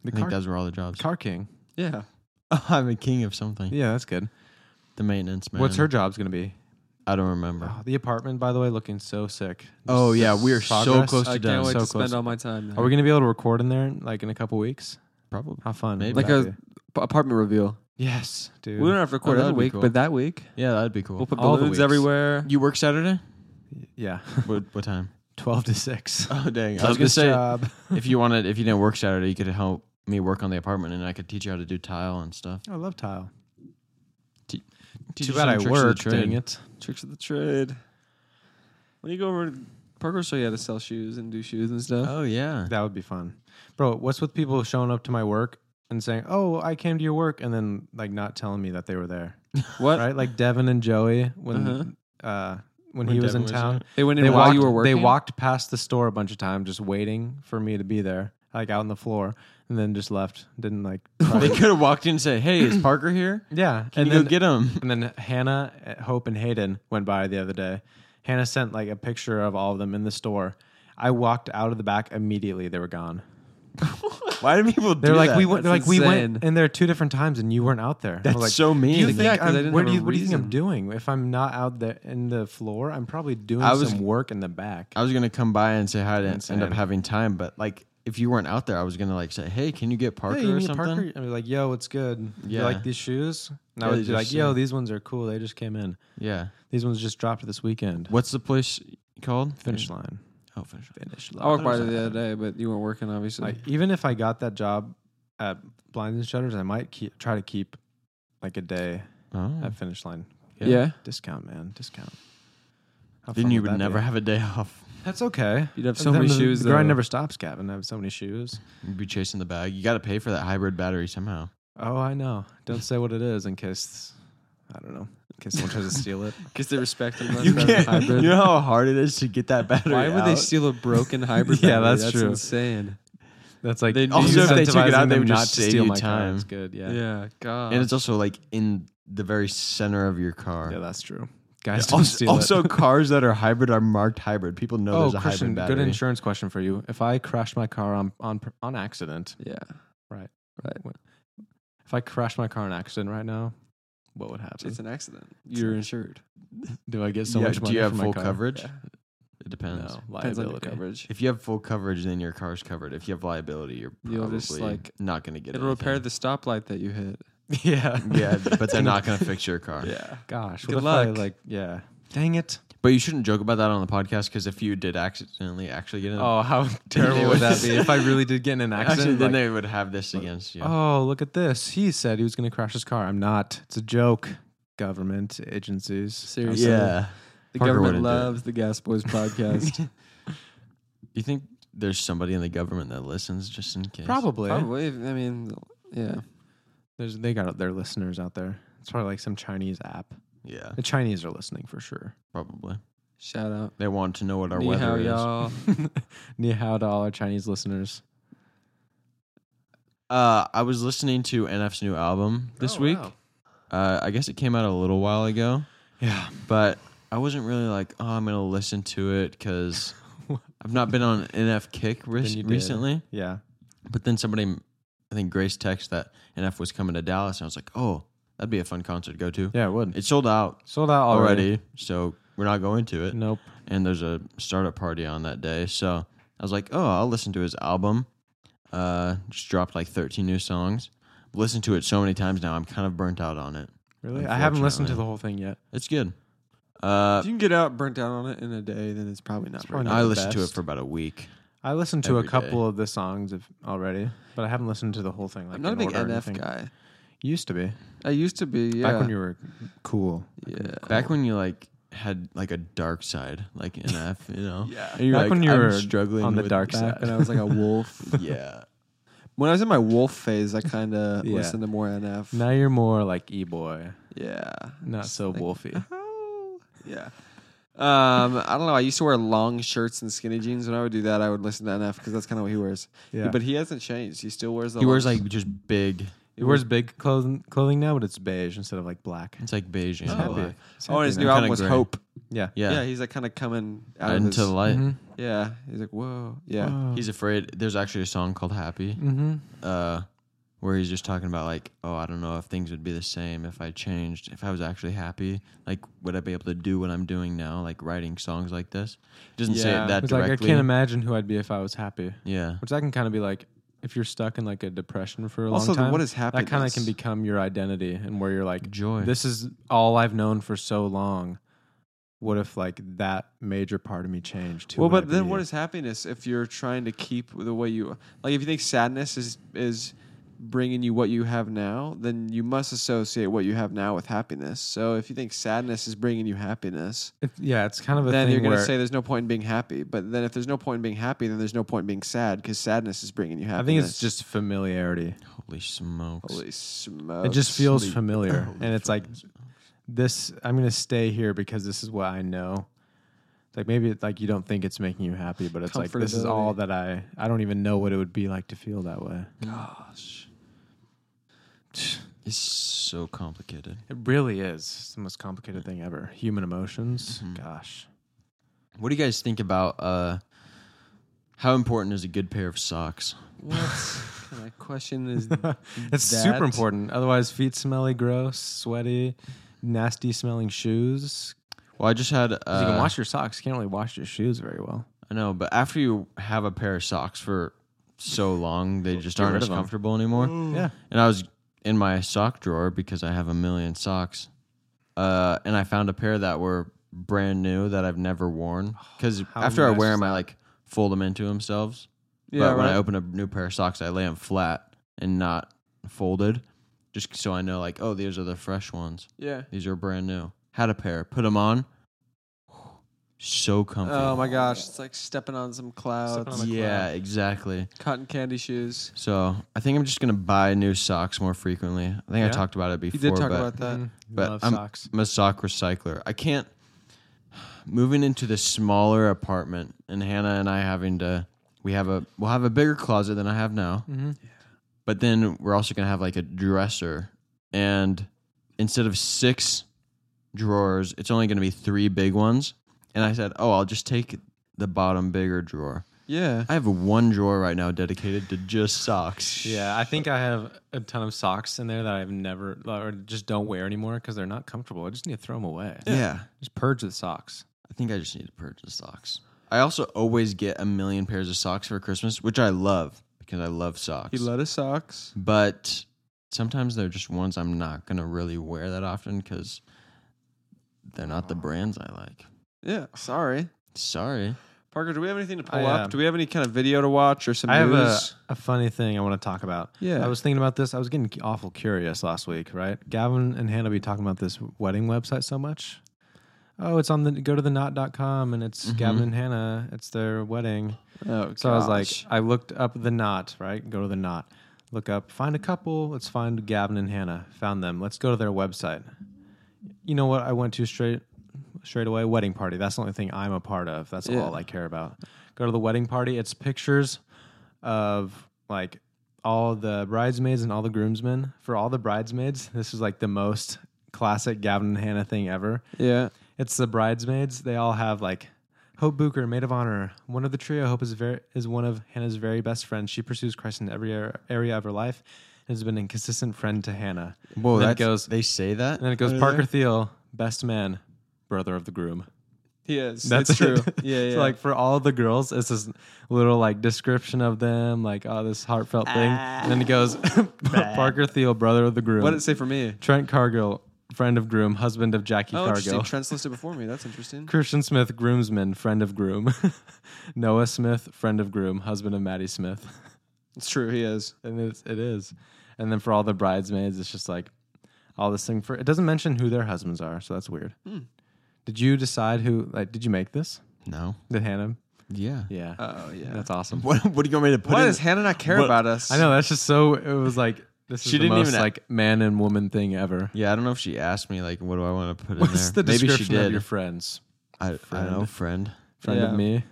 The
think
car,
those were all the jobs.
car king.
Yeah.
I'm a king of something.
Yeah, that's good.
The maintenance man.
What's her job's gonna be?
I don't remember.
Oh, the apartment, by the way, looking so sick.
Oh,
Just
yeah,
the
we are so
progress.
close
I
She
can't
does.
wait
So
to
close.
spend all my time.
Are we gonna be able to record in there like in a couple weeks?
Probably.
How fun!
Maybe.
would
Like
that
a-
be?
P- apartment reveal?
yes, dude.
We don't have to record
Oh,
every
that'd be
week,
cool.
but that week
Yeah, that'd be cool.
we'll put
All the
balloons
weeks.
everywhere.
you work Saturday?
yeah,
what, what time?
twelve to six.
Oh dang! I was
Love
gonna
this
say
job.
if you wanted, if you didn't work Saturday, you could help me work on the apartment, and I could teach you how to do tile and stuff.
I love tile.
Teach
Too
you
bad I
some tricks of the
work.
trade.
Dang it.
Tricks of the trade. When you go over, to Parker will show you how to sell shoes and do shoes and stuff.
Oh yeah,
That would be fun, bro. What's with people showing up to my work and saying, "Oh, I came to your work," and then like not telling me that they were there,
what?
Oh, right? Like Devin and Joey when uh
Uh-huh.
when, he
When
was
Devin
in
was
town.
there?
They went in
they
while
walked,
you were working.
They walked past the store a bunch of times, just waiting for me to be there, like out on the floor, and then just left. Didn't like. try-
they could have walked in and said, "Hey, is Parker here?
yeah,
Can
and
you
then
go get him?"
and then Hannah, uh, Hope, and Hayden went by the other day. Hannah sent like a picture of all of them in the store. I walked out of the back immediately. They were gone.
Why do people?
They're
do
like
that?
we went. They're like
That's
we
insane.
went, and there two different times, and you weren't out there. I
That's
was like,
so mean.
Do you think
Yeah, 'cause
I'm-
I didn't
where
have
do
a
you, what do you think I'm
reason.
doing? If I'm not out there in the floor, I'm probably doing
I was-
some work in the back.
I was gonna come by and say hi. I didn't end up
Insane.
having time, but like if you weren't out there, I was gonna like say, "Hey, can you get Parker
Hey, you
or
need
something?"
Parker? I'd be like, yo, what's good?
Yeah.
You like these shoes? And
Yeah, uh,
I would
these
be
are
like, yo,
sick.
these ones are cool. They just came in.
Yeah.
These ones just dropped this weekend.
What's the place called?
Finish line.
Oh, finish.
Finish
I
line.
walked by there the other day, but you weren't working, obviously.
Like, even if I got that job at Blinds and Shutters, I might keep, try to keep like a day
Oh.
at finish line.
yeah.
Discount, man. Discount. How
Then
fun
you
would
would
that be?
never have a day off.
That's okay.
You'd have so many
the,
shoes,
The grind
though.
never stops, Gavin. I have so many shoes.
You'd be chasing the bag. You got to pay for that hybrid battery somehow.
Oh, I know. Don't say what it is in case, I don't know, in case someone tries to steal it.
Because they respect him.
You can't. You know how hard it is to get that battery.
Why would they
out?
steal a broken hybrid?
Yeah,
battery?
that's true.
insane.
That's like
They do Also, if
they took it out,
incentivizing
they
them
would just
not to
save
steal
you
my car.
time.
That's good. Yeah.
Yeah,
yeah,
God.
And it's also like in the very center of your car.
that's true. Guys, don't
also,
steal
also
it.
cars that are hybrid are marked hybrid. People know
Oh,
there's a
Christian,
hybrid battery.
good insurance question for you. If I crashed my car on on pr- on accident,
yeah.
if I crashed my car on accident right now, what would happen?
It's an accident. You're insured.
Do I get so
Yeah,
much money?
do you have
for my
full
car?
coverage?
Yeah.
It depends.
No,
Depends on your
liability.
coverage.
If you have full coverage, then your car's covered. If you have liability, you're
You'll
probably
just, like,
not going to get
It'll repair
anything.
the stoplight that you hit.
Yeah,
yeah, but they're not going to fix your car.
Yeah.
Gosh,
Good
what if I,
luck.
like, yeah. Dang it!
But you shouldn't joke about that on the podcast because if you did accidentally actually get in,
Oh, how terrible would that be if I really did get in an accident?
actually, then
like,
they would have this against you.
Oh, look at this! He said he was going to crash his car. I'm not. It's a joke. Government agencies.
Seriously.
yeah.
The
Parker
government
wouldn't do it.
loves the Gas Boys podcast.
You think there's somebody in the government that listens just in case?
Probably.
Probably. I mean, yeah.
There's they got their listeners out there. It's probably like some Chinese app.
Yeah,
The Chinese are listening for sure.
probably.
Shout out.
They want to know what our
Ni hao,
weather is.
y'all.
Ni hao to all our Chinese listeners.
Uh, I was listening to NF's new album this
Oh,
week.
wow.
Uh, I guess it came out a little while ago,
Yeah.
but I wasn't really like, oh, I'm gonna listen to it because I've not been on NF kick re-
Then you did.
recently.
Yeah.
But then somebody, I think Grace texted that NF was coming to Dallas, and I was like, oh, that'd be a fun concert to go to.
Yeah, Oh, it would.
It sold out
sold out already.
already, so we're not going to it.
Nope.
and there's a startup party on that day. So I was like, oh, I'll listen to his album. Uh, just dropped like 13 new songs. I've listened to it so many times now, I'm kind of burnt out on it.
Really? I haven't listened to
Unfortunately.
the whole thing yet.
It's good. Uh,
If you can get out burnt out on it in a day, then it's probably not.
probably
burnt
not
out.
I
the
listened to it
best.
for about a week.
I listened to a
Every day.
couple of the songs of already, but I haven't listened to the whole thing. Like
I'm not a
in
big
order or
NF
anything.
guy.
Used to be
I used to be. Yeah.
back when you were cool.
yeah.
Back when you like had like a dark side, like NF, you know?
Yeah.
And you're
Back
like,
when you
"I'm
were
struggling
on the
with
dark
that."
side.
Back when I was like a wolf.
yeah.
when I was in my wolf phase, I kind of
Yeah.
listened to more NF.
Now you're more like e boy,
Yeah.
not so wolfy.
uh, Yeah. Um, I don't know. I used to wear long shirts and skinny jeans. When I would do that, I would listen to NF because that's kind of what he wears.
Yeah.
But he hasn't changed. He still wears the.
He wears
long-
like just big,
He wears big clothing clothing now, but it's beige instead of like black.
it's like beige and
He's
Oh,
black.
happy. He's
Oh, and
happy
his
now.
new
Kinda
album was
gray.
Hope.
yeah. Mm-hmm.
Yeah.
Yeah, he's like kind of coming out of
Into
his,
the light.
Yeah, he's like, whoa.
Oh,
Yeah,
He's afraid. There's actually a song called Happy.
Mm-hmm.
uh, where he's just talking about like, oh, I don't know if things would be the same if I changed, if I was actually happy. Like, would I be able to do what I'm doing now, like writing songs like this? He doesn't say
Yeah.
it that
It's
directly.
like I can't imagine who I'd be if I was happy.
yeah,
Which that can kind of be like if you're stuck in like a depression for a
Also,
long
the-
time.
what is
That kind
happiness?
of can become your identity, and where you're like,
joy.
this is all I've known for so long. What if like that major part of me changed? Who
Well,
would I
but then
be?
what is happiness if you're trying to keep the way you like? If you think sadness is is bringing you what you have now, then you must associate what you have now with happiness. So if you think sadness is bringing you happiness,
It- yeah, it's kind of a
then
thing
you're going to
where-
say there's no point in being happy. But then if there's no point in being happy, then there's no point in being sad because sadness is bringing you
I
happiness.
think it's just familiarity.
Holy smokes!
holy smokes.
It just feels
sleep.
familiar,
Holy
and it's like this. I'm gonna stay here because this is what I know. It's Like maybe it's like you don't think it's making you happy, but it's like this is all
Comfortability.
that I. I don't even know what it would be like to feel that way.
gosh.
It's so complicated.
It really is. It's the most complicated thing ever. Human emotions. Gosh.
What do you guys think about? uh How important is a good pair of socks?
What kind of question is
It's
That-
super important. Otherwise, feet smelly, gross, sweaty, nasty smelling shoes.
Well, I just had. Uh,
'Cause you can wash your socks. You can't really wash your shoes very well.
I know, but after you have a pair of socks for so long, they just
get
aren't
rid
as
of 'em. Mm.
comfortable anymore.
Yeah.
and I was in my sock drawer because I have a million socks, uh, and I found a pair that were brand new that I've never worn. Because
How
after I
nice
wear
is
them, I like fold them into themselves.
Yeah,
but when
right.
I open a new pair of socks, I lay them flat and not folded, just so I know like, oh, these are the fresh ones.
yeah.
These are brand new. Had a pair, put them on. So comfy.
Oh my gosh, it's like stepping on some
Stepping
clouds.
on the
yeah, exactly.
Cotton candy shoes.
So I think I'm just gonna buy new socks more frequently. I think I
Yeah?
talked about it before.
You did talk
but
about that.
Mm,
but
love
I'm-
socks.
I'm a sock recycler. I can't moving into this smaller apartment and Hannah and I having to we have a we'll have a bigger closet than I have now.
Mhm.
But then we're also gonna have like a dresser and instead of six drawers, it's only gonna be three big ones. And I said, Oh, I'll just take the bottom bigger drawer.
Yeah.
I have one drawer right now dedicated to just socks.
Yeah, I think I have a ton of socks in there that I've never or just don't wear anymore because they're not comfortable. I just need to throw them away.
Yeah.
Just purge the socks.
I think I just need to purchase socks. I also always get a million pairs of socks for Christmas, which I love because I love socks.
He let us socks.
but sometimes they're just ones I'm not gonna really wear that often because they're not the brands I like.
Yeah. Sorry.
Sorry.
Parker, do we have anything to pull
I,
up?
um,
Do we have any kind of video to watch or some
I have
news?
a, a funny thing I want to talk about.
Yeah.
I was thinking about this. I was getting awful curious last week, right? Gavin and Hannah be talking about this wedding website so much. Oh, it's on the go to the knot.com and
Mm-hmm.
it's Gavin and Hannah. It's their wedding.
oh,
So I was
gosh.
like, I looked up the knot, right? Go to the knot. Look up, find a couple. Let's find Gavin and Hannah. Found them. Let's go to their website. You know what I went to straight straight away? Wedding party. That's the only thing I'm a part of. That's
Yeah.
all I care about. Go to the wedding party. It's pictures of like all the bridesmaids and all the groomsmen. For all the bridesmaids, this is like the most classic Gavin and Hannah thing ever.
Yeah.
It's the bridesmaids. They all have like Hope Booker, maid of honor. One of the trio, Hope is very is one of Hannah's very best friends. She pursues Christ in every ar- area of her life and has been a consistent friend to Hannah.
Whoa,
And then
that
it goes.
goes. They say that.
and then it goes.
What is
Parker
it?
Thiel, best man, brother of the groom.
He is.
That's
That's true.
it.
Yeah, yeah.
So like for all the girls, it's this little like description of them, like oh this heartfelt thing.
Ah.
And then it goes. Parker Thiel, brother of the groom.
what did it say for me?
Trent Cargill, friend of groom, husband of Jackie
Oh,
Cargill.
interesting. Trent's listed before me. That's interesting.
Christian Smith, groomsman, friend of groom. Noah Smith, friend of groom, husband of Maddie Smith.
It's true. He is.
And it's, it is. And then for all the bridesmaids, it's just like all this thing for it doesn't mention who their husbands are, so that's weird. Did you decide who like did you make this?
no.
Did Hannah?
Yeah.
Yeah.
Oh yeah.
That's awesome.
What, what do you want me to put
Why
in?
does Hannah not care
What-
about us?
I know that's just so it was like this is
She
the
didn't
most
even-
like man and woman thing ever.
yeah, I don't know if she asked me like, what do I want to put
What's
in
the
there? Maybe she
description
did.
of your friends?
I, I don't know, friend.
Friend of
Yeah.
me.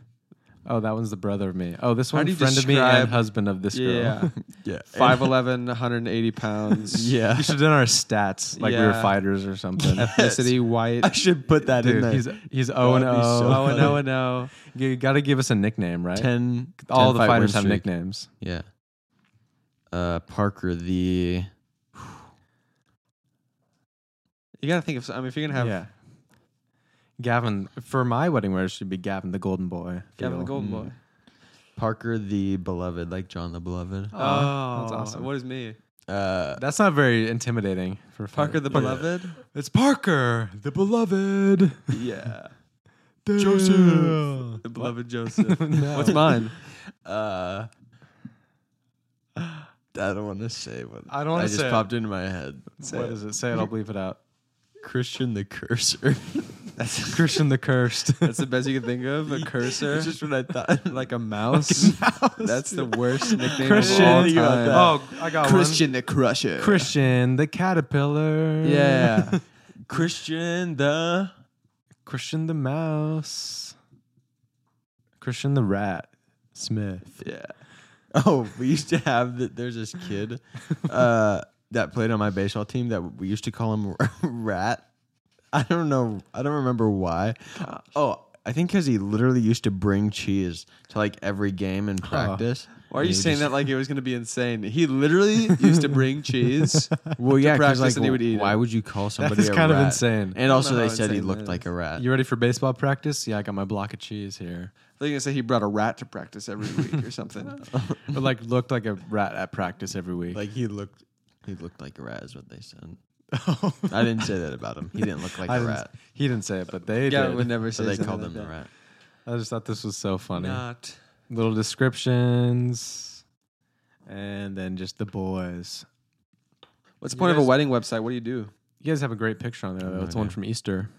Oh, that one's the brother of me. Oh, this
How
one
do you
friend of me and
describe-
husband of this girl.
Yeah.
Yeah.
5'11", 180 pounds.
yeah.
You should have done our stats, like we were
Yeah.
fighters or something.
Ethnicity white.
I should put that in
Dude,
there.
he's he's O and
would be so
O.
Oh no, oh no.
You got to give us a nickname, right?
10
All
10
the
fight
fighters
win
have
streak.
nicknames.
Yeah. Uh, Parker the
You gotta think of. I mean, if you're gonna have
yeah. Gavin for my wedding wear it should be Gavin the Golden Boy.
Gavin the
Feel.
Golden
Mm.
Boy.
Parker the beloved, like John the beloved.
Oh,
Aw, that's awesome.
What is me?
Oh.
Uh,
That's not very intimidating for a
Parker
fight.
the
Yeah.
Beloved.
It's Parker the Beloved.
Yeah.
Joseph.
The Beloved Joseph.
No.
What's mine?
uh, I don't want to say what
I don't wanna
I just
say it.
popped into my head.
What does it say? It, I'll bleep it out.
Christian the cursor.
That's
Christian the Cursed.
that's the best you can think of. A cursor,
That's just what I thought.
like a mouse. That's the worst nickname
Christian.
of all time.
Think about that.
Oh, I got one.
the Crusher.
Christian the Caterpillar.
Yeah.
Christian the
Christian the Mouse. Christian the Rat. Smith.
yeah. Oh, we used to have that. There's this kid uh, that played on my baseball team that we used to call him Rat. I don't know. I don't remember why. Oh, I think because he literally used to bring cheese to like every game in practice.
Why are you
And he would
saying
just-
that like it was gonna be insane? He literally used to bring cheese.
Well, yeah, 'cause,
practice
like,
and he would eat
why
it.
would you call somebody?
is
a
kind of
rat?
insane. I
And also,
know
they
how
said he
insane
looked
that
like a rat.
You ready for baseball practice? Yeah, I got my block of cheese here.
They're gonna say he brought a rat to practice every week or something.
But like looked like a rat at practice every week.
like he looked, he looked like a rat. Is what they said.
Oh.
I didn't say that about him. He didn't look like
I
a
didn't-
rat.
He didn't say it, but they
Gavin
did.
would never say
So they
something
called
like
him the
that.
rat.
I just thought this was so funny.
Not.
Little descriptions. And then just the boys.
What's the
You
point of
guys-
a wedding website? What do you do?
You guys have a great picture on there.
I have
though.
no
It's the one
idea.
from Easter.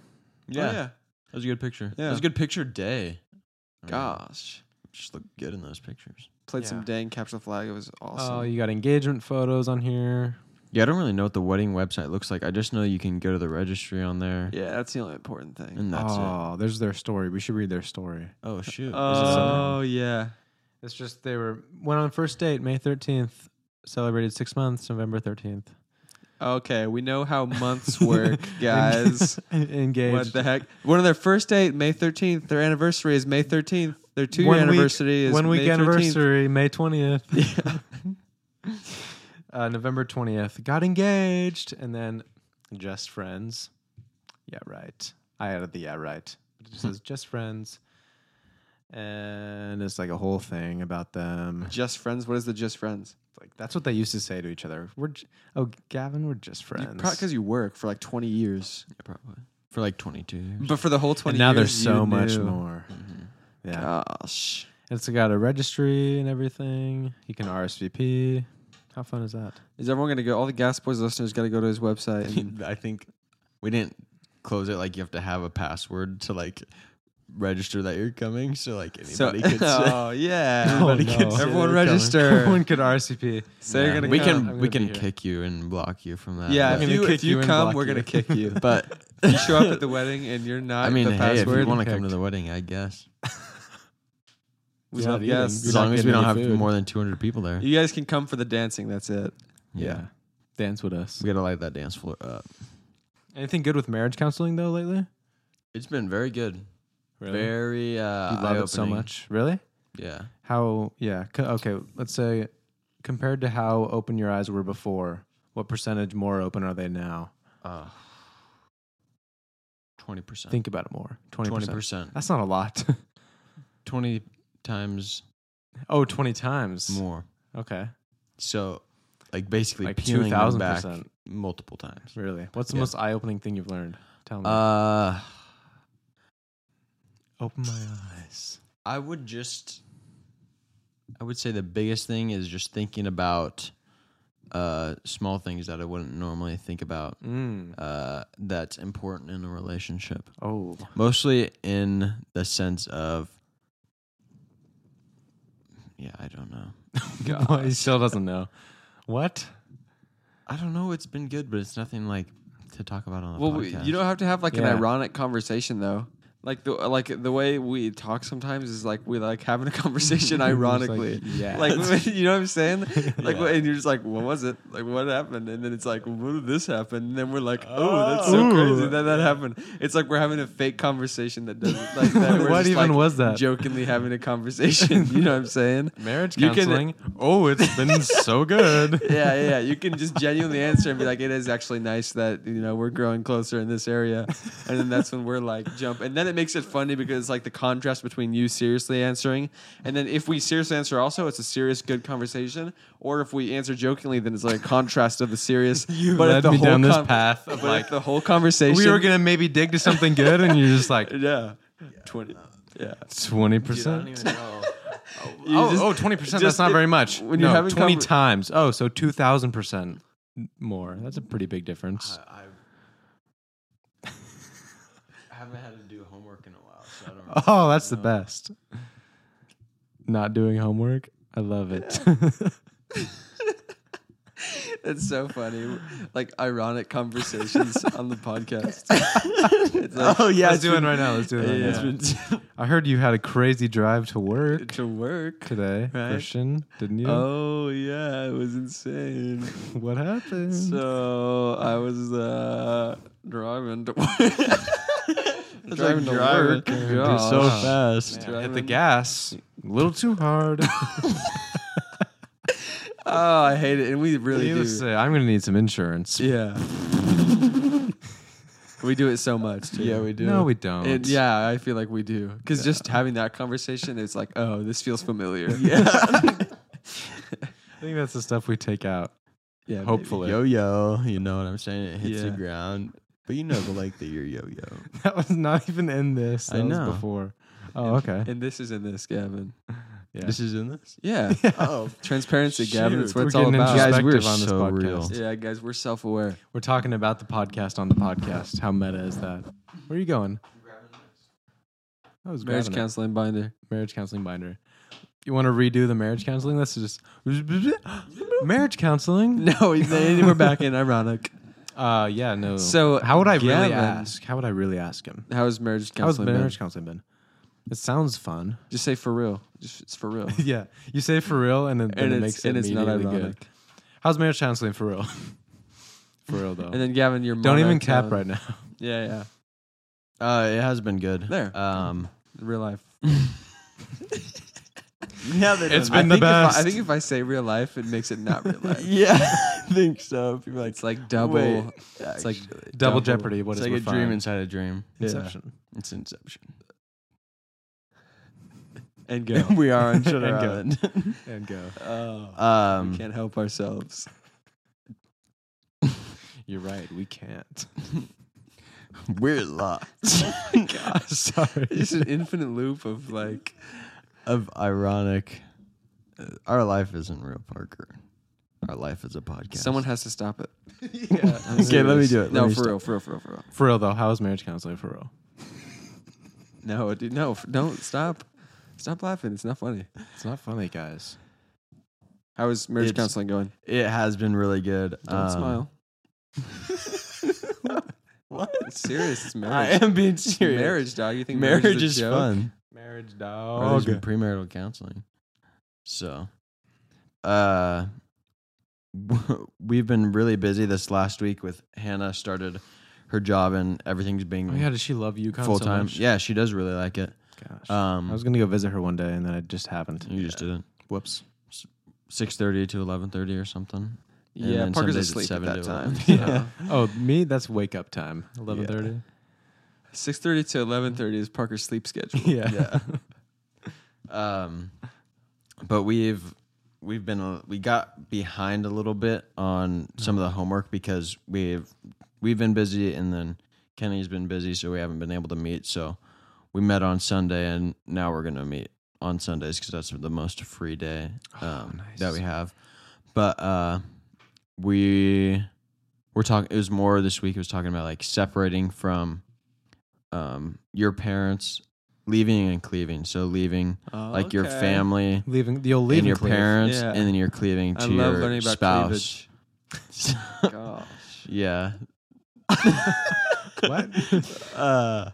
Yeah.
Yeah. That was a good picture.
Yeah.
That was a good picture day. I mean,
Gosh.
just looked good in those pictures.
Played
Yeah.
some dang capture the flag. It was awesome.
Oh, you got engagement photos on here.
Yeah, I don't really know what the wedding website looks like. I just know you can go to the registry on there,
yeah, that's the only important thing.
and that's it.
oh, there's their story. We should read their story.
Oh shoot!
Oh yeah.
It's just they were went on the first date May 13th, celebrated six months November 13th.
Okay, we know how months work, guys.
Engaged.
what the heck? One of their first date, May thirteenth. Their anniversary is May thirteenth. Their two year
One week-
anniversary is
one week
May 13th.
anniversary May 20th. uh, November 20th. Got engaged and then just friends. Yeah, right. I added the yeah, right. It just says just friends. And it's like a whole thing about them.
Just friends. What is the just friends?
Like that's what they used to say to each other. We're j- oh Gavin, we're just friends.
Because you work for like twenty years,
Yeah, probably for like twenty-two. Years.
but for the whole twenty.
and now
years,
there's so
you
much
knew. Mm-hmm.
more. Yeah,
Gosh.
it's got a registry and everything. You can RSVP. How fun is that?
Is everyone gonna go? All the Gas Boys listeners gotta go to his website. And
I think we didn't close it. Like you have to have a password to like register that you're coming, so like
So,
anybody could. Say,
oh yeah,
Oh,
anybody
no.
could say
everyone
they're coming.
register.
Everyone could RSVP.
Say you're gonna
we
come.
I'm
can
gonna be
we can
here.
kick you and block you from that.
yeah,
but-
if
gonna
you,
kick
if you,
you and
come,
block
we're gonna
you.
kick you.
but
you show up at the wedding and you're not
I mean,
the
hey, if
password.
you want to come to
picked.
the wedding, I guess
we
You're
love
not eating.
guests.
as
You're
long
not
as we
getting
don't have
any food.
more than 200 people there.
You guys can come for the dancing. That's it. Yeah.
Dance with us.
we gotta light that dance floor up.
Anything good with marriage counseling though lately?
It's been very good, very uh,
You love it so
eye-opening.
much. Really?
Yeah,
How? Yeah. Co- okay. Let's say compared to how open your eyes were before, what percentage more open are they now?
twenty percent.
Oh. Think about it more. Twenty
Twenty
percent.
percent.
That's not a lot.
Twenty times
oh, 20 times.
more.
Okay.
So, like basically
Like
peeling them back
2,000%.
multiple times.
Really? What's the
Yeah.
most eye-opening thing you've learned? Tell me.
Uh,
Open my eyes.
I would just, I would say the biggest thing is just thinking about uh small things that I wouldn't normally think about
Mm.
uh that's important in a relationship.
Oh.
Mostly in the sense of, yeah, I don't know.
God. he still doesn't know. What?
I don't know. It's been good, but it's nothing like to talk about on the
Well, we,
podcast.
you don't have to have like an
Yeah.
ironic conversation though. Like the like the way we talk sometimes is like we like having a conversation ironically.
yeah.
Like you know what I'm saying? Like and you're just like, what was it? Like what happened? And then it's like, what did this happen? And then we're like, oh, that's so
Ooh.
crazy that that happened. It's like we're having a fake conversation that doesn't like that. We're
What
just,
even
like,
was that?
Jokingly having a conversation. You know what I'm saying?
Marriage
You can-
counseling. oh, it's been so good.
yeah, yeah, yeah. You can just genuinely answer and be like, "It is actually nice that you know we're growing closer in this area," and then that's when we're like jump, and then it makes it funny because it's like the contrast between you seriously answering, and then if we seriously answer, also it's a serious good conversation, or if we answer jokingly, then it's like a contrast of the serious. you
led me down this path of,
but if
like,
the whole conversation.
We were gonna maybe dig to something good, and you're just like
yeah, twenty, yeah.
twenty percent.
even know.
You just-
Oh, 20 percent. That's
just
not
it-
very much.
when
When
you're
no,
having
twenty
conver-
times. Oh, so two thousand percent more. That's a pretty big difference.
I, I haven't had to do homework in a while, so I don't.
Oh, that's the best. Not doing homework. I love it. oh,
It's so funny, like ironic conversations on the podcast. It's like,
oh yeah, let's do it right now. Let's do it right
it's
now.
been-
I heard you had a crazy drive to work
to work.
today,
Right.
Christian. Didn't you?
Oh yeah, it was insane.
What happened?
So I was uh, driving to work. driving to
driving.
work.
Dude,
gosh.
so fast.
Yeah.
hit the gas a little too hard.
Oh, I hate it, and we really
Needless to
do.
say, I'm gonna need some insurance.
Yeah, we do it so much. Too.
Yeah, we do.
No, we don't.
It, yeah, I feel like we do because just having that conversation, it's like, oh, this feels familiar. Yeah,
I think that's the stuff we take out.
yeah.
hopefully,
Yo yo, you know what I'm saying? It hits the
Yeah.
ground, but you know the like that you're yo yo.
that was not even in this.
I
That was
know.
before. Oh, okay.
And this is in this, Gavin.
Yeah.
This is in this.
Yeah,
Oh,
transparency, Gavin.
Shoot.
That's what
We're
it's all
getting
about.
guys, we're
Perspective on this
so
podcast.
real.
yeah, guys, we're self-aware.
We're talking about the podcast on the podcast. How meta is that? Where are you going? That was
Marriage
grabbing it.
counseling binder.
marriage counseling binder. You want to redo the marriage counseling? Let's just marriage counseling.
No, we're back in ironic.
Uh, yeah, no.
So,
how would I
Gavin-
really ask? How would I really ask him?
How's marriage
How's
counseling? been?
marriage counseling been? It sounds fun.
Just say for real. Just it's for real.
yeah, you say for real, and then, then
and
it
it's,
makes it
and it's not
immediately
ironic.
good. How's marriage counseling for real? for real though.
And then Gavin, you're
Don't even cap
monotone.
right now.
Yeah, yeah.
Uh, it has been good.
There.
Um,
Real life.
now that
It's
I
been the
think if I- I
best.
think if I say real life, it makes it not real life.
yeah, I think so. People are like
It's like double.
Wait,
it's like
actually.
Double Jeopardy. What
It's
is
like a
refined?
dream inside a dream.
Inception.
It's Inception.
and go.
we are on Shutter
And
Island.
And go.
oh, we
um,
can't help ourselves.
You're right. We can't.
we're lots
Sorry.
It's an infinite loop of like.
of ironic. uh, Our life isn't real, Parker. Our life is a podcast.
Someone has to stop it.
yeah.
okay, let me do it.
No,
Let me
for
stop.
real, for real, for real, for real.
For real though, how is marriage counseling for real?
No, dude, no, f- don't stop. Stop laughing. It's not funny.
It's not funny, guys.
How is marriage
It's-
counseling going?
It has been really good.
Don't
Um,
smile.
What?
It's serious. It's marriage.
I am being
It's
serious.
Marriage, dog. You think
marriage,
marriage,
is,
a joke?
fun.
Marriage
Oh,
dog.
okay. premarital counseling. So, uh, we've been really busy this last week. With Hannah started her job and everything's being
Oh, yeah, does she love you
full time. Mm. yeah, she does really like it.
Gosh.
Um,
I was gonna go visit her one day, and then I just haven't.
you just didn't.
Whoops.
Six thirty to eleven thirty or something. And
yeah,
then some
Parker's
days it's
asleep at
7
that
to
time.
11.
Yeah.
Oh, me? That's wake up time. Eleven thirty.
Six thirty to eleven thirty is Parker's sleep schedule.
Yeah.
Um, but we've we've been a- we got behind a little bit on some of the homework because we've we've been busy and then Kenny's been busy, so we haven't been able to meet. So we met on Sunday, and now we're gonna meet on Sundays because that's the most free day um, that we have. But uh, we we're talking. It was more this week. It was talking about like separating from um, your parents, leaving and cleaving. So leaving like your family
Leaving the old
and
leaving
your
cleave.
parents,
Yeah.
and then you're cleaving to
I
your
love learning about
spouse.
cleavage. Gosh.
yeah.
What?
Uh,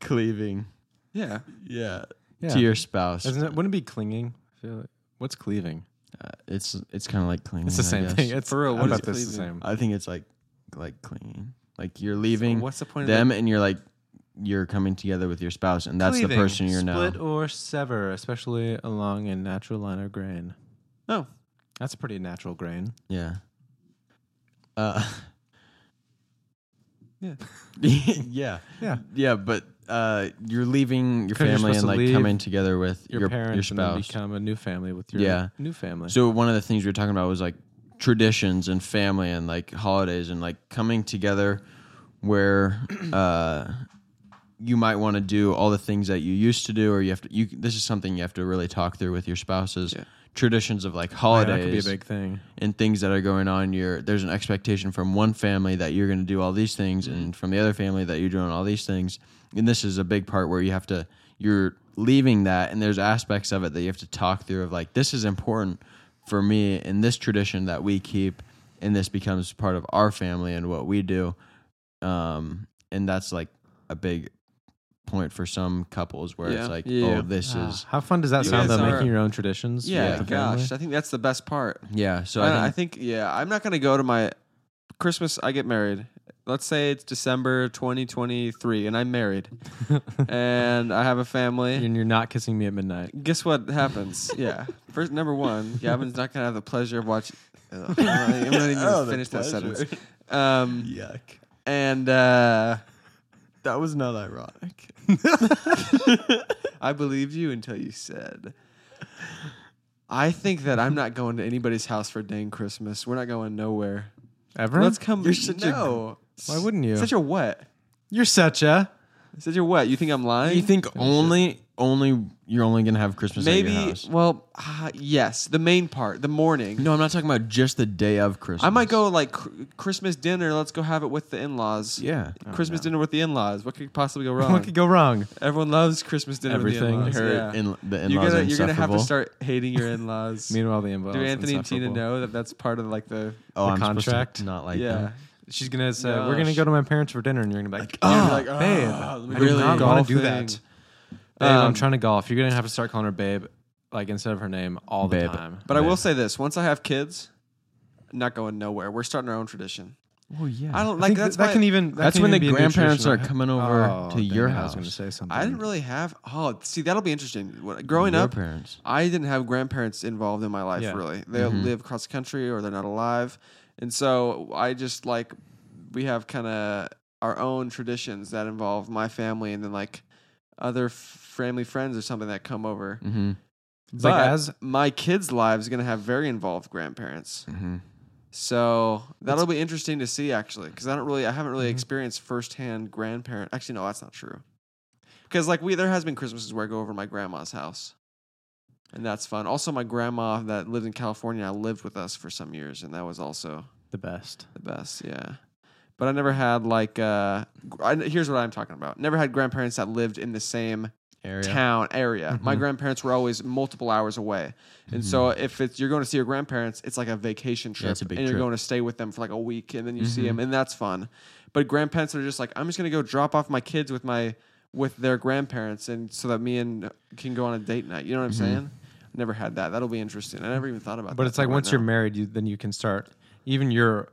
cleaving.
Yeah.
Yeah.
Yeah.
To your spouse.
Isn't it? Wouldn't it be clinging? I feel like, what's cleaving?
Uh, it's it's kind of like clinging.
It's the
I
same
guess.
thing. It's
For real,
I
what is
bet this is the
cleaving?
same.
I think it's like like clinging. Like you're leaving
What's the point
them,
of
and you're like you're coming together with your spouse, and that's the
Cleaving.
person you're
Split
now.
or sever, especially along a natural line of grain.
that? No.
That's a pretty natural grain.
Yeah. Uh.
Yeah.
yeah.
Yeah.
Yeah, but uh, you're leaving your
'Cause you're
family
supposed
and
to
like
leave
coming together with
Your,
your,
parents
your
and then
spouse.
become a new family with your
Yeah.
new family.
So one of the things we were talking about was like traditions and family and like holidays and like coming together where uh you might want to do all the things that you used to do or you have to you this is something you have to really talk through with your spouses
Yeah.
traditions of like
Yeah,
holidays
that could be a big thing.
and things that are going on you're there's an expectation from one family that you're going to do all these things and from the other family that you're doing all these things and this is a big part where you have to you're leaving that and there's aspects of it that you have to talk through of like this is important for me in this tradition that we keep and this becomes part of our family and what we do um and that's like a big point for some couples where
Yeah.
it's like
Yeah.
oh this
Ah,
is
how fun does that
You
sound
guys
though?
are-
Making your own traditions.
Yeah,
with the family?
gosh. I think that's the best part.
yeah so
I,
i,
I think, yeah, I'm not going to go to my Christmas. I get married. Let's say it's December 2023 and I'm married and I have a family.
and you're not kissing me at midnight.
Guess what happens? yeah. First, number one, Gavin's not going to have the pleasure of watching. Ugh, I'm not, I'm not even going
Oh, the
to finish that
pleasure.
sentence. Um,
think yuck
And uh,
that was not ironic
I believed you until you said. I think that I'm not going to anybody's house for dang Christmas. We're not going nowhere.
Ever?
Let's come.
You're such a-
no.
Why wouldn't you?
Such a what?
you're such a.
Such a what? You think I'm lying?
You think only, only you're only gonna have Christmas at your
maybe?
house?
Well, uh, yes. The main part, the morning.
No, I'm not talking about just the day of Christmas.
I might go like cr- Christmas dinner. Let's go have it with the in-laws.
Yeah,
Christmas dinner with the in-laws. What could possibly go wrong?
What could go wrong?
Everyone loves Christmas dinner.
Everything.
With the
Her
in-laws. Yeah.
in, the
you're
in-laws
gonna
are
you're gonna have to
insufferable.
start hating your in-laws.
Meanwhile, the involved.
Do Anthony and Tina know that that's part of like the
Oh,
the
I'm supposed to
contract.
Not like
yeah?
that.
She's gonna say,
No,
"We're gonna
"Oh, sh-
go to my parents for dinner," and you're gonna be like,
Yeah,
"Oh,
like, "Oh,
babe,
let me
I
go
do not want to do that."
golfing."
Babe,
Um,
I'm trying to golf. You're gonna have to start calling her babe, like instead of her name all the
Babe.
time.
But I will say this: once I have kids, not going nowhere. We're starting our own tradition.
Oh yeah.
I don't
I
like
think
that's
that
my-
can even. That
That's
can
when
even
the
be a new
grandparents
tradition.
are coming over
Oh,
to your
dang it, I
house.
was gonna say something.
I didn't really have. Oh, see, that'll be interesting. When- Growing
Your
up,
parents.
I didn't have grandparents involved in my life.
Yeah.
Really, they
Mm-hmm.
live across the country or they're not alive, and so I just like we have kind of our own traditions that involve my family and then like other f- family friends or something that come over.
Mm-hmm.
It's
but
like as
my kids' lives going to have very involved grandparents.
Mm-hmm.
So that'll be interesting to see actually, because I don't really, I haven't really experienced firsthand grandparent. Actually, no, that's not true. Because like we, there has been Christmases where I go over to my grandma's house, and that's fun. Also, my grandma that lived in California, I lived with us for some years, and that was also
the best.
the best. Yeah, but I never had like. Uh, gr- I, here's what I'm talking about. Never had grandparents that lived in the same
Area.
town area.
Mm-hmm.
My grandparents were always multiple hours away, and so if it's you're going to see your grandparents, it's like a vacation trip,
it's a big
and you're
trip.
going to stay with them for like a week, and then you
Mm-hmm.
see them, and that's fun. But grandparents are just like, I'm just going to go drop off my kids with my with their grandparents, and so that me and uh, can go on a date night. You know what I'm saying? Never had that. That'll be interesting. I never even thought about that.
Mm-hmm. But it's like
till right
once you're
now.
married, you then you can start. Even your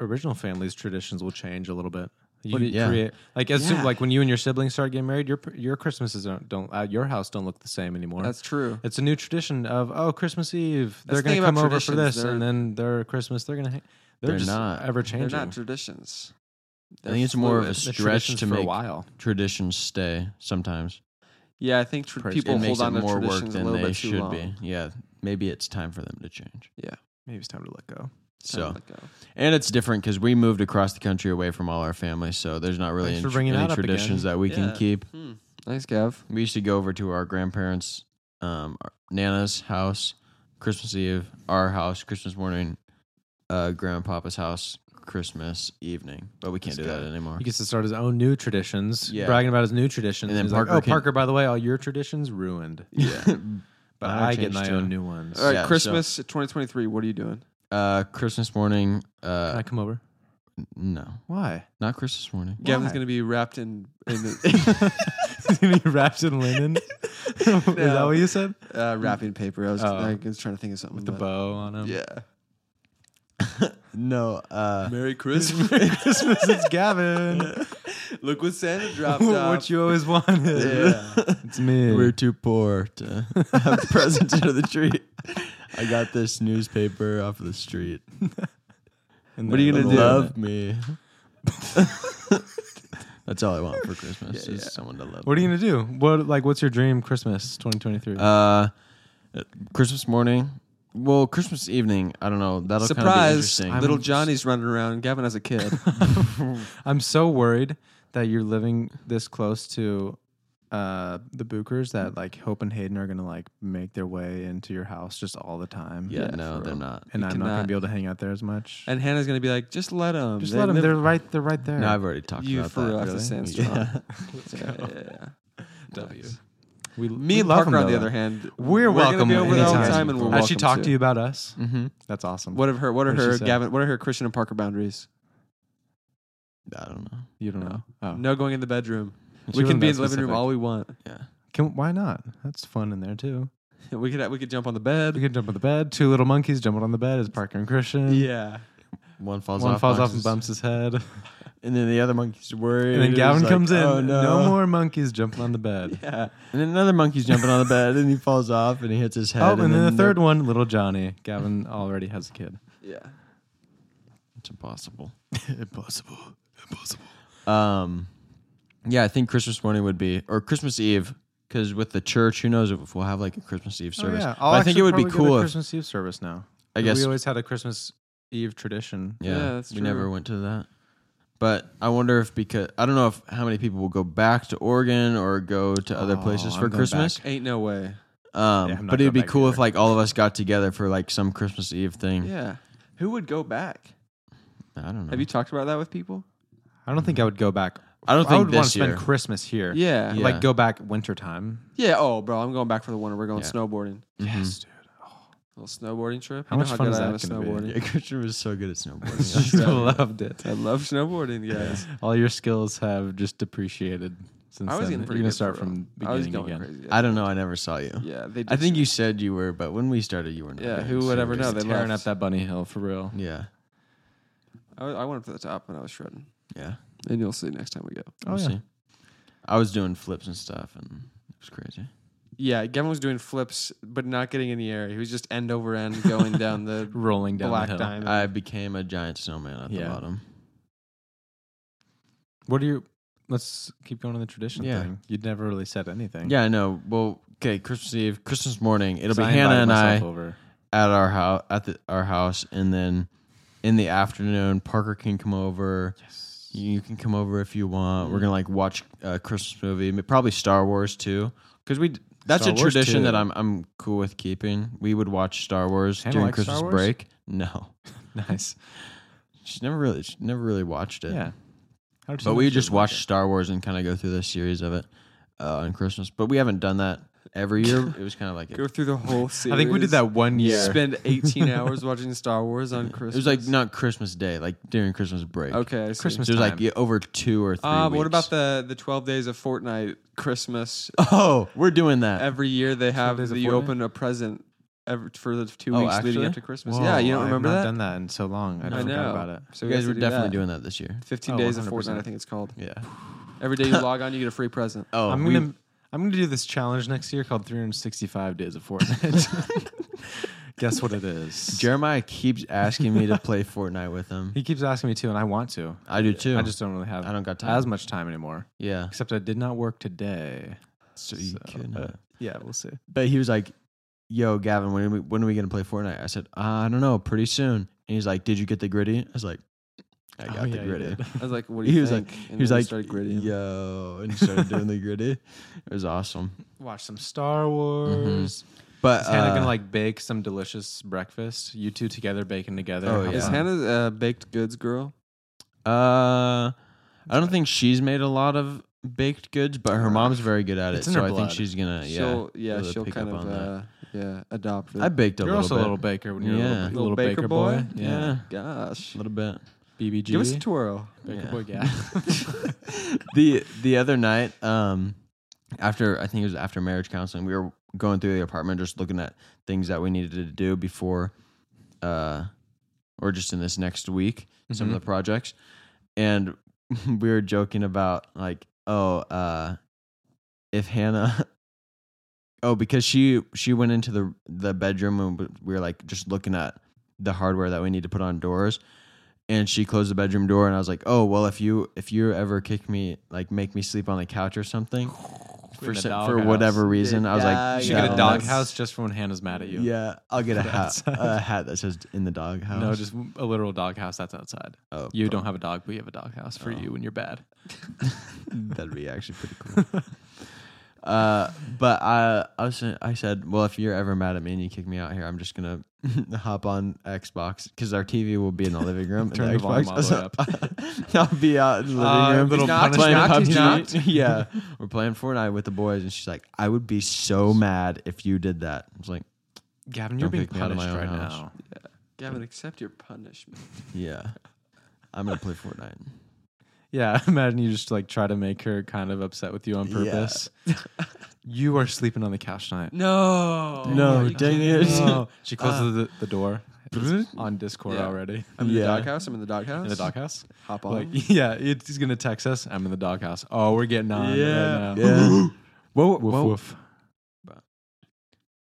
original family's traditions will change a little bit. You
do you- yeah.
create like as soon-
Yeah.
like when you and your siblings start getting married, your your Christmases don't, don't at your house don't look the same anymore.
That's true.
It's a new tradition of oh Christmas Eve
That's
they're
the
going
thing
to
about
come over for
traditions,
this,
they're-
and then their Christmas they're going to hang. They're,
They're
just
not-
ever
They're
changing.
not traditions.
I think it's more of a
fluid.
The
stretch
traditions
to
for a
make
while.
traditions stay sometimes.
Yeah, I think tr-
Praise
people
it makes
hold on
it
to
more work
traditions a
than
little
they
bit too
should
long.
be. Yeah, maybe it's time for them to change.
Maybe it's time to let go.
So,
Let go.
and it's different because we moved across the country away from all our family, so there's not really
Thanks for
any,
bringing
any
that up again.
traditions that we can
Yeah.
keep.
Hmm. Nice, Gav.
We used to go over to our grandparents, um, our- Nana's house, Christmas Eve, our house, Christmas morning, uh, Grandpapa's house, Christmas evening. But we can't
This
do that
guy.
anymore.
He gets to start his own new traditions,
Yeah.
bragging about his new traditions.
And then
he's
Parker
like, "Oh,
can-
Parker, by the way, all your traditions ruined,
Yeah.
but
Mine are
I get
changed
my
too."
own new ones."
All right,
Yeah, so-
Christmas 2023. What are you doing?
Uh, Christmas morning,
Can I
uh,
come over?
no,
Why?
not Christmas morning.
Gavin's
Why?
gonna be wrapped in. in the,
He's gonna be wrapped in linen. Is that
No.
what you said?
uh, wrapping paper. I was,
Oh.
I was trying to think of something.
With the
but-
bow on him.
Yeah.
No, uh,
Merry Christmas.
Christmas, it's Gavin.
Look what Santa dropped
what
off.
you always wanted. It's me.
we're too poor to have presents under the tree. I got this newspaper off the street.
And
What are you
they're
gonna do?
love-
Love me. That's all I want for Christmas
Yeah,
is
yeah.
someone to love.
What are you gonna do? What like? What's your dream Christmas 2023?
Uh, Christmas morning. Well, Christmas evening. I don't know. That'll kinda be
Surprise!
interesting.
Little Johnny's running around. Gavin has a kid.
I'm so worried that you're living this close to uh the bookers
Mm.
that like Hope and Hayden are gonna like make their way into your house just all the time.
yeah,
Yeah,
no,
for
they're
real.
not.
And
You
I'm not gonna
cannot.
be able to hang out there as much.
and Hannah's gonna be like, just let them.
just let them. They're right. They're right there.
No, I've already talked
You
about
for
that.
real have to
really.
stand strong.
yeah.
yeah, yeah, yeah.
W. We,
Me
we
and
love
Parker,
them,
on the
though.
other hand,
we're, welcome.
Gonna be over there all the
anytime.
time, and we're
Has she
welcome
talked
too.
to you about us?
Mm-hmm.
That's awesome.
What are her? What are
What did she
her?
say?
Gavin. What are her Christian and Parker boundaries?
I don't know.
You don't
No.
know. Oh.
No going in the bedroom.
She
we
wasn't
can be
that
in the living room
specific.
all we want.
Yeah.
Can, why not? That's fun in there too.
We could we could jump on the bed.
We can jump on the bed. Two little monkeys jumping on the bed is Parker and Christian.
Yeah.
One falls
One
off.
falls off
boxes,
and bumps his head.
and then the other monkey's worried.
And then
It's
Gavin
like,
comes in.
"Oh,
no. more monkeys jumping on the bed.
Yeah.
And then another monkey's jumping on the bed, and he falls off, and he hits his head.
Oh, and, then, the Oh, third
they're-
one, little Johnny. Gavin already has a kid.
Yeah.
It's impossible.
Impossible. Impossible.
Um, yeah, I think Christmas morning would be, or Christmas Eve, because with the church, who knows if we'll have like a Christmas
Oh,
Eve service. But I think it would be cool if,
Christmas Eve service now.
I guess,
we always had a Christmas Eve tradition.
yeah,
Yeah, that's
we never
true.
went to that. But I wonder if because I don't know if how many people will go back to Oregon or go to other
Oh,
places
I'm
for
going
Christmas.
Ain't no way.
Yeah,
Um,
I'm not
but it'd
going
be
back
cool if
either.
like all of us got together for like some Christmas Eve thing.
Yeah. Who would go back?
I don't know.
Have you talked about that with people?
I don't think I would go back.
I don't
Mm. I
think
would want
this
to spend
year.
Christmas here.
Yeah.
Yeah.
Yeah.
Like go back wintertime.
Oh, bro, I'm going back for the winter. We're going
Yeah.
snowboarding.
Yes, dude.
A little snowboarding trip.
How
You know
much fun
good
is
I am
that
at
gonna be?
snowboarding.
yeah, Christian was so good at
She
snowboarding.
loved it.
I love snowboarding, guys.
All your skills have just depreciated since
I was
then.
getting
You're
pretty
gonna
good
start
for real.
from
I was
beginning
going
again.
crazy.
I don't know. I never saw you.
Yeah, they did
I think
say-
you said you were, but when we started, you were not.
Yeah,
being
who would ever
serious.
know? They
tearing
left.
up that bunny hill for real.
Yeah,
I, I went up to the top when I was shredding.
yeah.
And you'll see next time we go.
Oh,
we'll
yeah.
see. I was doing flips and stuff, and it was crazy.
Yeah, Gavin was doing flips, but not getting in the air. He was just end over end going down the
Rolling down the
black
hill.
diamond.
I became a giant snowman at
Yeah.
the bottom.
What are you? Let's keep going on the tradition
Yeah.
thing. You'd never really said anything.
Yeah, I know. Well, okay, Christmas Eve, Christmas morning. It'll
So
be
I invited
Hannah and I
myself over.
at our house at the, our house, and then in the afternoon, Parker can come over.
Yes.
You can come over if you want. We're
Mm.
gonna like watch a Christmas movie, ma- probably Star Wars too, because we. d- That's
Star
a
Wars
tradition
too.
that I'm I'm cool with keeping. We would watch Star Wars
Hannah
during
likes Star
Christmas
Wars?
break. No,
Nice.
She's never really, she never really watched it.
Yeah. How did you
But
know
we
she
just
was like
watched Star Wars and kind of go through the series of it uh, on Christmas. But we haven't done that every year. It was kind of like
Go
a,
through the whole
that?
series.
I think we did that one year.
Spend 18 hours watching Star Wars on
it
Christmas. Oh,
was like not Christmas Day, like during Christmas break.
okay, I see.
Christmas
So it was like
time.
yeah, over two or three.
Uh, but what about
that?
the the 12 days of Fortnite Christmas?
Oh, we're doing that.
Every year they have
days of
you
Fortnite?
open a present every, for the two
Oh,
weeks leading
actually?
up to Christmas.
Whoa,
yeah, you don't
I've
remember
not
that?
Done that in so long. I,
I
forgot
know.
about it.
So
you
we
guys
have
were
to do
definitely
that.
doing that this year.
15
Oh,
days of
100%.
Fortnite, I think it's called.
Yeah.
Every day you log on, you get a free present.
Oh,
I'm
we-
gonna I'm gonna do this challenge next year called 365 Days of Fortnite. Guess what it is?
Jeremiah keeps asking me to play Fortnite with him.
he keeps asking me to, and I want to.
I do too.
I just don't really have.
I don't got time.
as much time anymore.
yeah.
Except I did not work today.
So you
So,
can,
uh,
uh,
Yeah, we'll see.
but he was like, "Yo, Gavin, when are we when are we gonna play Fortnite?" I said, uh, "I don't know, pretty soon." And he's like, "Did you get the gritty?" I was like, "I got
Oh,
the
yeah, you
gritty."
did.
I was like, what do
He
you
was
think?
like,
And
he
then
was
we
like,
started grading.
"Yo," and he started doing the gritty. It was awesome.
Watch some Star Wars.
But
Is Hannah
uh,
gonna like bake some delicious breakfast? You two together baking together.
Oh,
Have
yeah.
Is
fun.
Hannah a baked goods girl?
Uh, I don't think she's made a lot of baked goods, but her mom's very good at it,
It's in
so
her
I think
blood.
she'll- she's gonna yeah.
she'll yeah,
really
she'll
pick
kind
up
of
on that.
uh, yeah adopt it.
I baked a
You're
little
also
bit.
a little baker when you're a
Yeah.
little,
Little baker boy?
Yeah.
Gosh,
a little bit.
BBG.
give us a twirl.
Baker
Yeah.
boy yeah.
the the other night, um, after I think it was after marriage counseling, we were going through the apartment, just looking at things that we needed to do before, uh, or just in this next week, some of the projects, and we were joking about like, oh, uh, if Hannah. Oh, because she she went into the the bedroom and we were like just looking at the hardware that we need to put on doors, and she closed the bedroom door and I was like, "Oh, well if you if you ever kick me like make me sleep on the couch or something for
in a
some-
dog
for
house.
whatever reason." I was like,
You
Yeah.
should get a
Yeah.
dog house just for when Hannah's mad at you.
Yeah, I'll get a hat
outside.
a hat that says in the dog house.
No, just a literal dog house that's outside.
oh,
You
bro,
don't have a dog, but you have a dog house for you when you're bad.
that'd be actually pretty cool. Uh, but I, I was, I said, well, if you're ever mad at me and you kick me out here, I'm just gonna hop on Xbox because our TV will be in the living room. and
Turn the volume all the way
Xbox- I'll be out in the living
Uh,
room,
little
playing
punishment. He's not,
PUBG. yeah, we're playing Fortnite with the boys, and she's like, "I would be so mad if you did that." I was like,
Gavin, you're
Don't
being
kick me out of
punished
my
right
own house.
now.
Gavin, accept your punishment.
"Yeah, I'm gonna play Fortnite."
Yeah, imagine you just like try to make her kind of upset with you on
Yeah.
purpose. you are sleeping on the couch tonight.
No,
No,
Are you
dang
kidding
it.
me?
No. She closes the, the door It's on Discord
Oh. Uh. Yeah.
already.
I'm in
Yeah.
the doghouse. I'm in the doghouse.
In the dog house.
Hop on.
Like, yeah, it's, he's gonna text us. I'm in the dog house. Oh, we're getting on. right now.
yeah.
Woof
whoa.
woof.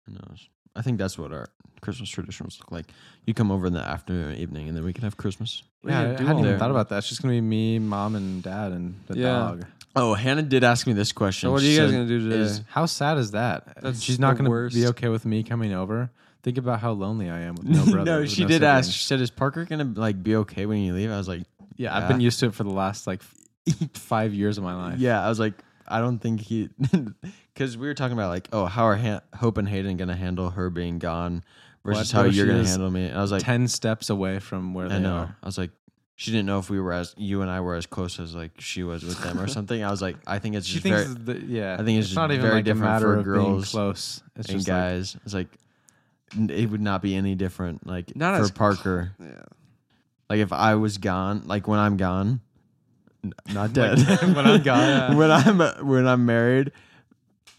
Who knows? I think that's what our Christmas traditions look like. You come over in the afternoon and evening, and then we can have Christmas.
What
Yeah,
are
I
you
hadn't
doing
even
there?
thought about that. It's just gonna be me, mom, and dad, and the
Yeah.
dog.
Oh, Hannah did ask me this question.
So what are you guys
So
gonna do today?
is-
How sad is that?
That's
She's not
the
going to be
worst.
okay with me coming over. Think about how lonely I am with no brother.
no,
with
she
no
did ask.
sibling.
She said, "Is Parker gonna like be okay when you leave?" I was like,
Yeah,
Yeah.
I've been used to it for the last like f- five years of my life.
"Yeah." I was like, "I don't think he," because we were talking about like, "Oh, how are Han- Hope and Hayden gonna handle her being gone versus
What?
how
Bro,
you're
she
gonna
is
handle me?" And I was like,
Ten steps away from where
I
they
know.
are.
I was like, she didn't know if we were as you and I were as close as like she was with them or something. I was like, I think it's
She
just
thinks,
very
that, yeah,
I think it's just
not even
very
like
different
a matter
for
of being
girls
close. It's
and
just like,
guys. it's like n- it would not be any different. Like
Not
for
as-
Parker.
Yeah.
Like if I was gone, like when I'm gone, n- not dead.
when I'm gone,
when I'm when I'm married,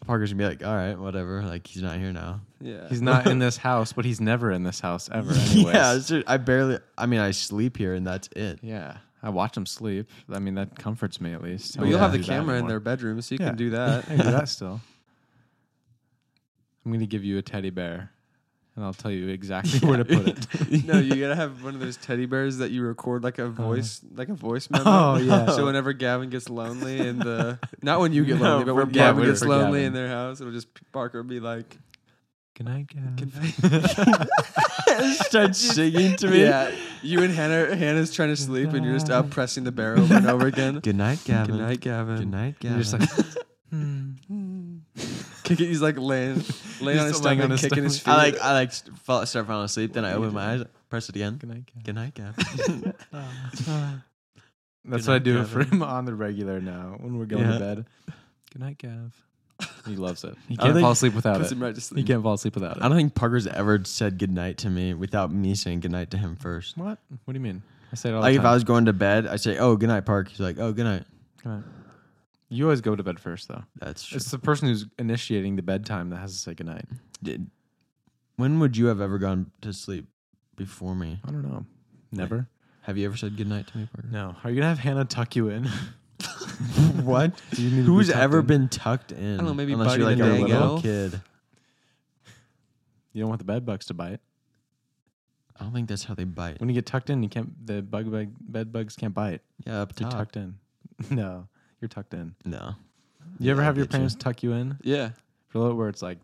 Parker's gonna be like, all right, whatever. Like he's not here now.
Yeah.
he's not in this house, but he's never in this house ever. Anyways.
Yeah, it's ju- I barely. I mean, I sleep here, and that's it.
yeah. I watch him sleep. I mean, that comforts me at least. I
But you'll
won't
have
do
the
that
camera in
anymore.
their bedroom, so you
Yeah.
can do that.
I can do that still. I'm going to give you a teddy bear, and I'll tell you exactly where to put it.
no, you gotta have one of those teddy bears that you record like a voice, like a voice memo.
Uh-huh. Oh, yeah.
So whenever Gavin gets lonely in the, not when you get
No,
lonely, but when
for
Gavin
Gavin.
gets
For
lonely
Gavin.
in their house, it'll just Parker be like,
Good night, Gav.
"Good night."
Start singing to me.
yeah, you and Hannah, Hannah's trying to sleep, and you're just up pressing the bear over and over again.
Good night, Gavin.
Good night, Gavin.
Good night,
You're just
Gavin.
like, Hmm.
Kick it. He's like laying, laying on his
Just laying
stomach,
on his
kicking his feet.
I like I like st- fall, start falling asleep. Then I open my eyes. Press it again.
Good night, Cap.
Good night, Gab.
That's what
Good
I
night,
do for
Gavin.
him on the regular now when we're going
Yeah.
to bed. Good night, Gav. He loves it. He
I
can't
think-
fall asleep without
Puts
it.
him right to sleep.
He can't fall asleep without
I
it.
don't think Parker's ever said good night to me without me saying good night to him first.
What? What do you mean? I say it all
Like
the
if I
time.
was going to bed, I'd say, "Oh, good night, Park." He's like, "Oh, good night."
Good night. You always go to bed first, though.
That's true.
It's the person who's initiating the bedtime that has to say goodnight.
Did- when would you have ever gone to sleep before me?
I don't know. Never.
Have you ever said good night to me, Parker?
No. Are you gonna have Hannah tuck you in?
what?
Do you need to be
Who's
tucked
ever
in?
been tucked in? I
don't know, maybe
unless
Buddy
you're like
the
a
Dang
little
Elf.
kid.
You don't want the bed bugs to bite.
I don't think that's how they bite.
When you get tucked in, you can't. The bug bug bed bugs can't bite.
Yeah, up
You're
top.
tucked in. no, you're tucked in.
No.
You ever
Yeah, I
have your
get you.
parents tuck you in Uh-huh.
Yeah.
for a little where it's like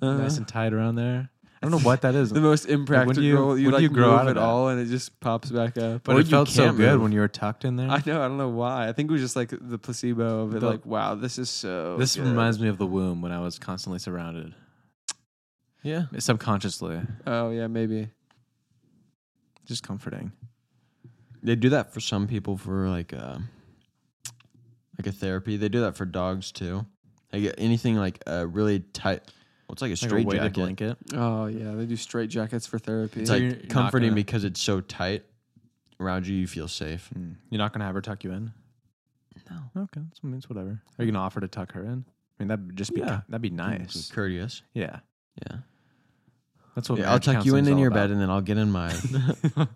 Uh,
nice and tight around there? I don't know what that is.
the most impractical.
you-
you,
when do
like
you grow
move
out of
at
that?
all, and it just pops back up.
but
or
it
you
felt so
can't
good
move.
when you were tucked in there.
I know. I don't know why. I think it was just like the placebo of it.
The-
like, wow, this is so.
this
good.
reminds me of the womb when I was constantly surrounded
Yeah.
subconsciously.
Oh yeah, maybe.
Just comforting.
They do that for some people for like uh like a therapy. They do that for dogs too. Like anything like a really tight what's like
Like
a
a
straight
weighted
jacket.
blanket.
Oh yeah, they do straight jackets for therapy.
It's
So you're-
like
you're not
comforting
gonna-
because it's so tight around you you feel safe.
Mm. You're not gonna have her tuck you in.
No.
Okay, that's, I mean, it's whatever. Are you gonna offer to tuck her in? I mean, that'd just be
Yeah.
that'd be nice.
Mm-hmm. Courteous.
Yeah,
Yeah.
that's what.
Yeah, I'll tuck you in in your bed and then I'll get in my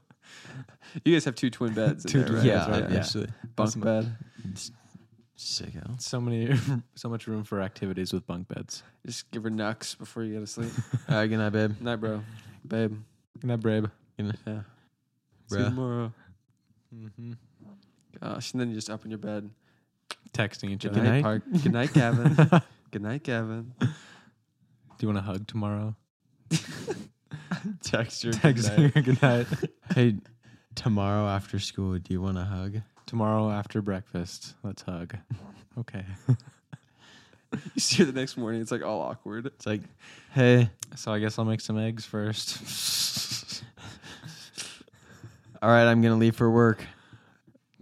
you guys have two twin beds. in
Two
there,
twin
right?
yeah,
that's right, yeah.
obviously.
bunk
That's-
bed.
Sicko.
so many, so much room for activities with bunk beds.
Just give her nux before you go to sleep.
All right, good night, babe.
Night, bro, babe.
Isn't that brave?
Yeah. See
Bruh.
you tomorrow.
Mm-hmm.
Gosh, and then you just up in your bed.
Texting each
Good
other.
night,
night.
Park. Good night, Gavin.
Do
Good night, Gavin.
you want a hug tomorrow?
Text your
Texting her good night
Hey, tomorrow after school, do you want a hug?
tomorrow after breakfast. Let's hug. Okay.
You see her the next morning. It's like all awkward.
It's like, hey,
So I guess I'll make some eggs first.
all right, I'm gonna leave for work.
Do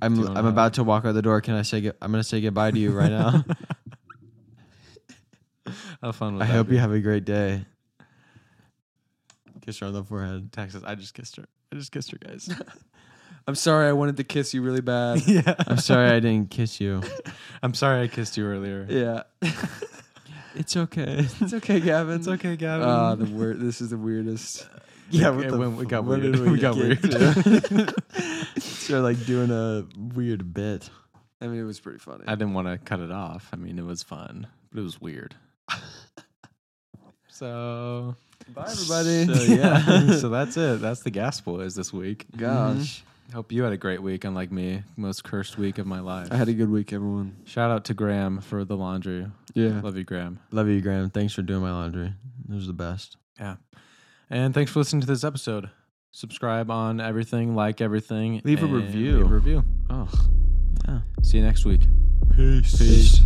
I'm
you wanna
I'm
hug?
about to walk out the door. Can I say good, I'm gonna say goodbye to you right now?
Have fun with
I
that.
hope you have a great day. Kiss her on the forehead.
Texas. I just kissed her. I just kissed her, guys.
I'm sorry. I wanted to kiss you really bad.
yeah.
I'm sorry I didn't kiss you.
I'm sorry I kissed you earlier.
yeah.
It's okay.
It's okay, Gavin.
It's okay, Gavin.
Ah, the wor- This is the weirdest.
Yeah,
it went- it got
what
weird.
did We,
We got
get to? Start like doing a weird bit.
I mean, it was pretty funny.
I didn't want to cut it off. I mean, it was fun, but it was weird. so,
Bye,
So,
everybody.
yeah.
so that's it. That's the Gas Boys this week.
Gosh,
Mm-hmm.
Hope you had a great week, unlike me, most cursed week of my life.
I had a good week, everyone.
Shout out to Graham for the laundry.
Yeah.
Love you, Graham.
Love you, Graham. Thanks for doing my laundry. It was the best.
Yeah. And thanks for listening to this episode. Subscribe on everything, like everything,
Leave a
and
review.
Leave a review.
Oh, yeah.
See you next week.
Peace.